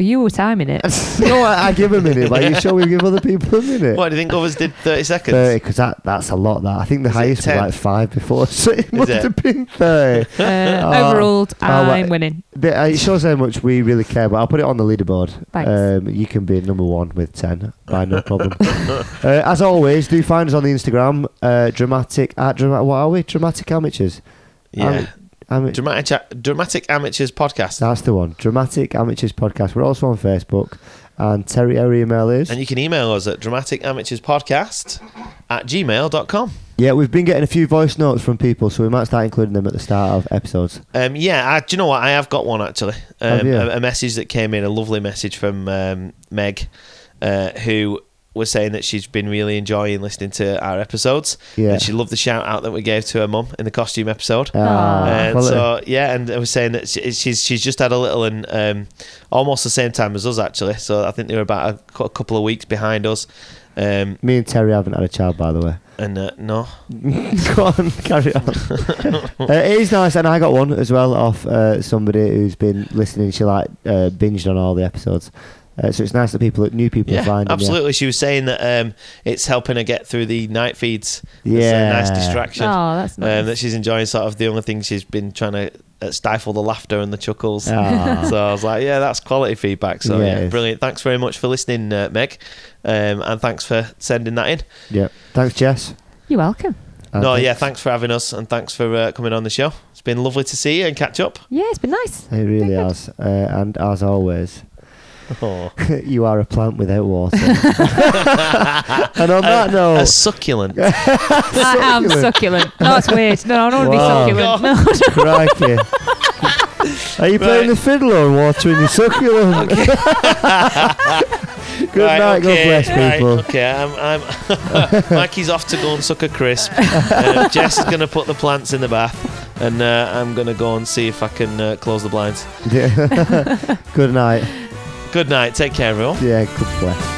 S3: You were
S2: <laughs>
S3: timing it. Uh,
S2: no, I, I give a minute. But are you sure we give other people a minute?
S1: What do you think others did? Thirty seconds.
S2: Because that, that's a lot. That I think the
S1: Is it
S2: highest was
S1: 10?
S2: like five before, <laughs> so it must
S1: it?
S2: have been thirty.
S3: Uh,
S2: Oh.
S3: overruled,
S2: Oh,
S3: I'm
S2: right.
S3: winning.
S2: The- uh, It shows how much we really care, but I'll put it on the leaderboard.
S3: Thanks.
S2: Um, you can be number one with 10 by
S1: <laughs>
S2: no problem. uh, as always, do find us on the Instagram, uh, dramatic, at dramatic, what are we? Dramatic amateurs.
S1: yeah.
S2: Um, Am- am-
S1: Dramatic, dramatic amateurs podcast,
S2: that's the one. Dramatic amateurs podcast. We're also on Facebook, and Terry, our email is.
S1: and you can email us at dramaticamateurs at gmail.com.
S2: yeah, we've been getting a few voice notes from people, so we might start including them at the start of episodes.
S1: Um, yeah, I, do you know what? I have got one actually.
S2: Have
S1: Um,
S2: you?
S1: a, a message that came in, a lovely message from um, Meg, uh, who was saying that she's been really enjoying listening to our episodes.
S2: Yeah.
S1: And she loved the shout out that we gave to her mum in the costume episode.
S2: Ah,
S1: Uh,
S2: quality.
S1: so yeah, and I was saying that she, she's she's just had a little and um, almost the same time as us actually. So I think they were about a, cou- a couple of weeks behind us. Um,
S2: Me and Terry haven't had a child, by
S1: <laughs>
S2: the way.
S1: and uh, no,
S2: Go on,
S1: <laughs>
S2: carry on. uh, it is nice, and I got one as well off uh, somebody who's been listening. She like uh, binged on all the episodes, uh, so it's nice that people, new people, are
S1: yeah,
S2: finding.
S1: absolutely. She was saying that um, it's helping her get through the night feeds.
S2: Yeah,
S1: it's a nice distraction.
S3: Oh, that's nice.
S1: um, that she's enjoying sort of the only thing she's been trying to uh, stifle the laughter and the chuckles.
S2: Ah.
S1: <laughs> So I was like, yeah, that's quality feedback. So
S2: Yeah, it
S1: yeah,
S2: is.
S1: brilliant. Thanks very much for listening, uh, Meg, um, and thanks for sending that in.
S2: Yeah, thanks, Jess.
S3: You're welcome.
S2: And
S1: no,
S2: thank-
S1: yeah, thanks for having us, and thanks for uh, coming on the show. It's been lovely to see you and catch up.
S3: Yeah, it's
S2: <laughs>
S3: been nice.
S2: It really
S3: Very good.
S2: has, uh, and as always, <laughs>
S1: <laughs> Oh.
S2: you are a plant
S1: <laughs>
S2: without water. and on that
S1: A
S2: note,
S1: succulent.
S3: I am succulent. No, it's weird. No, I don't want to
S2: Wow. Oh,
S3: be succulent. No, no.
S2: crikey.
S1: <laughs>
S2: Are you playing
S1: Right.
S2: the fiddle or watering
S1: <laughs>
S2: your succulent? <laughs> Good
S1: Right,
S2: night,
S1: okay,
S2: God bless
S1: right,
S2: people.
S1: okay, I'm, I'm <laughs> Mikey's off to go and suck a
S2: <laughs>
S1: crisp. Uh, Jess is going to put the plants in the bath, and uh, I'm going to go and see if I can uh, close the blinds.
S2: Yeah. <laughs> Good night.
S1: Good night. Take care, everyone.
S2: Yeah, good bless.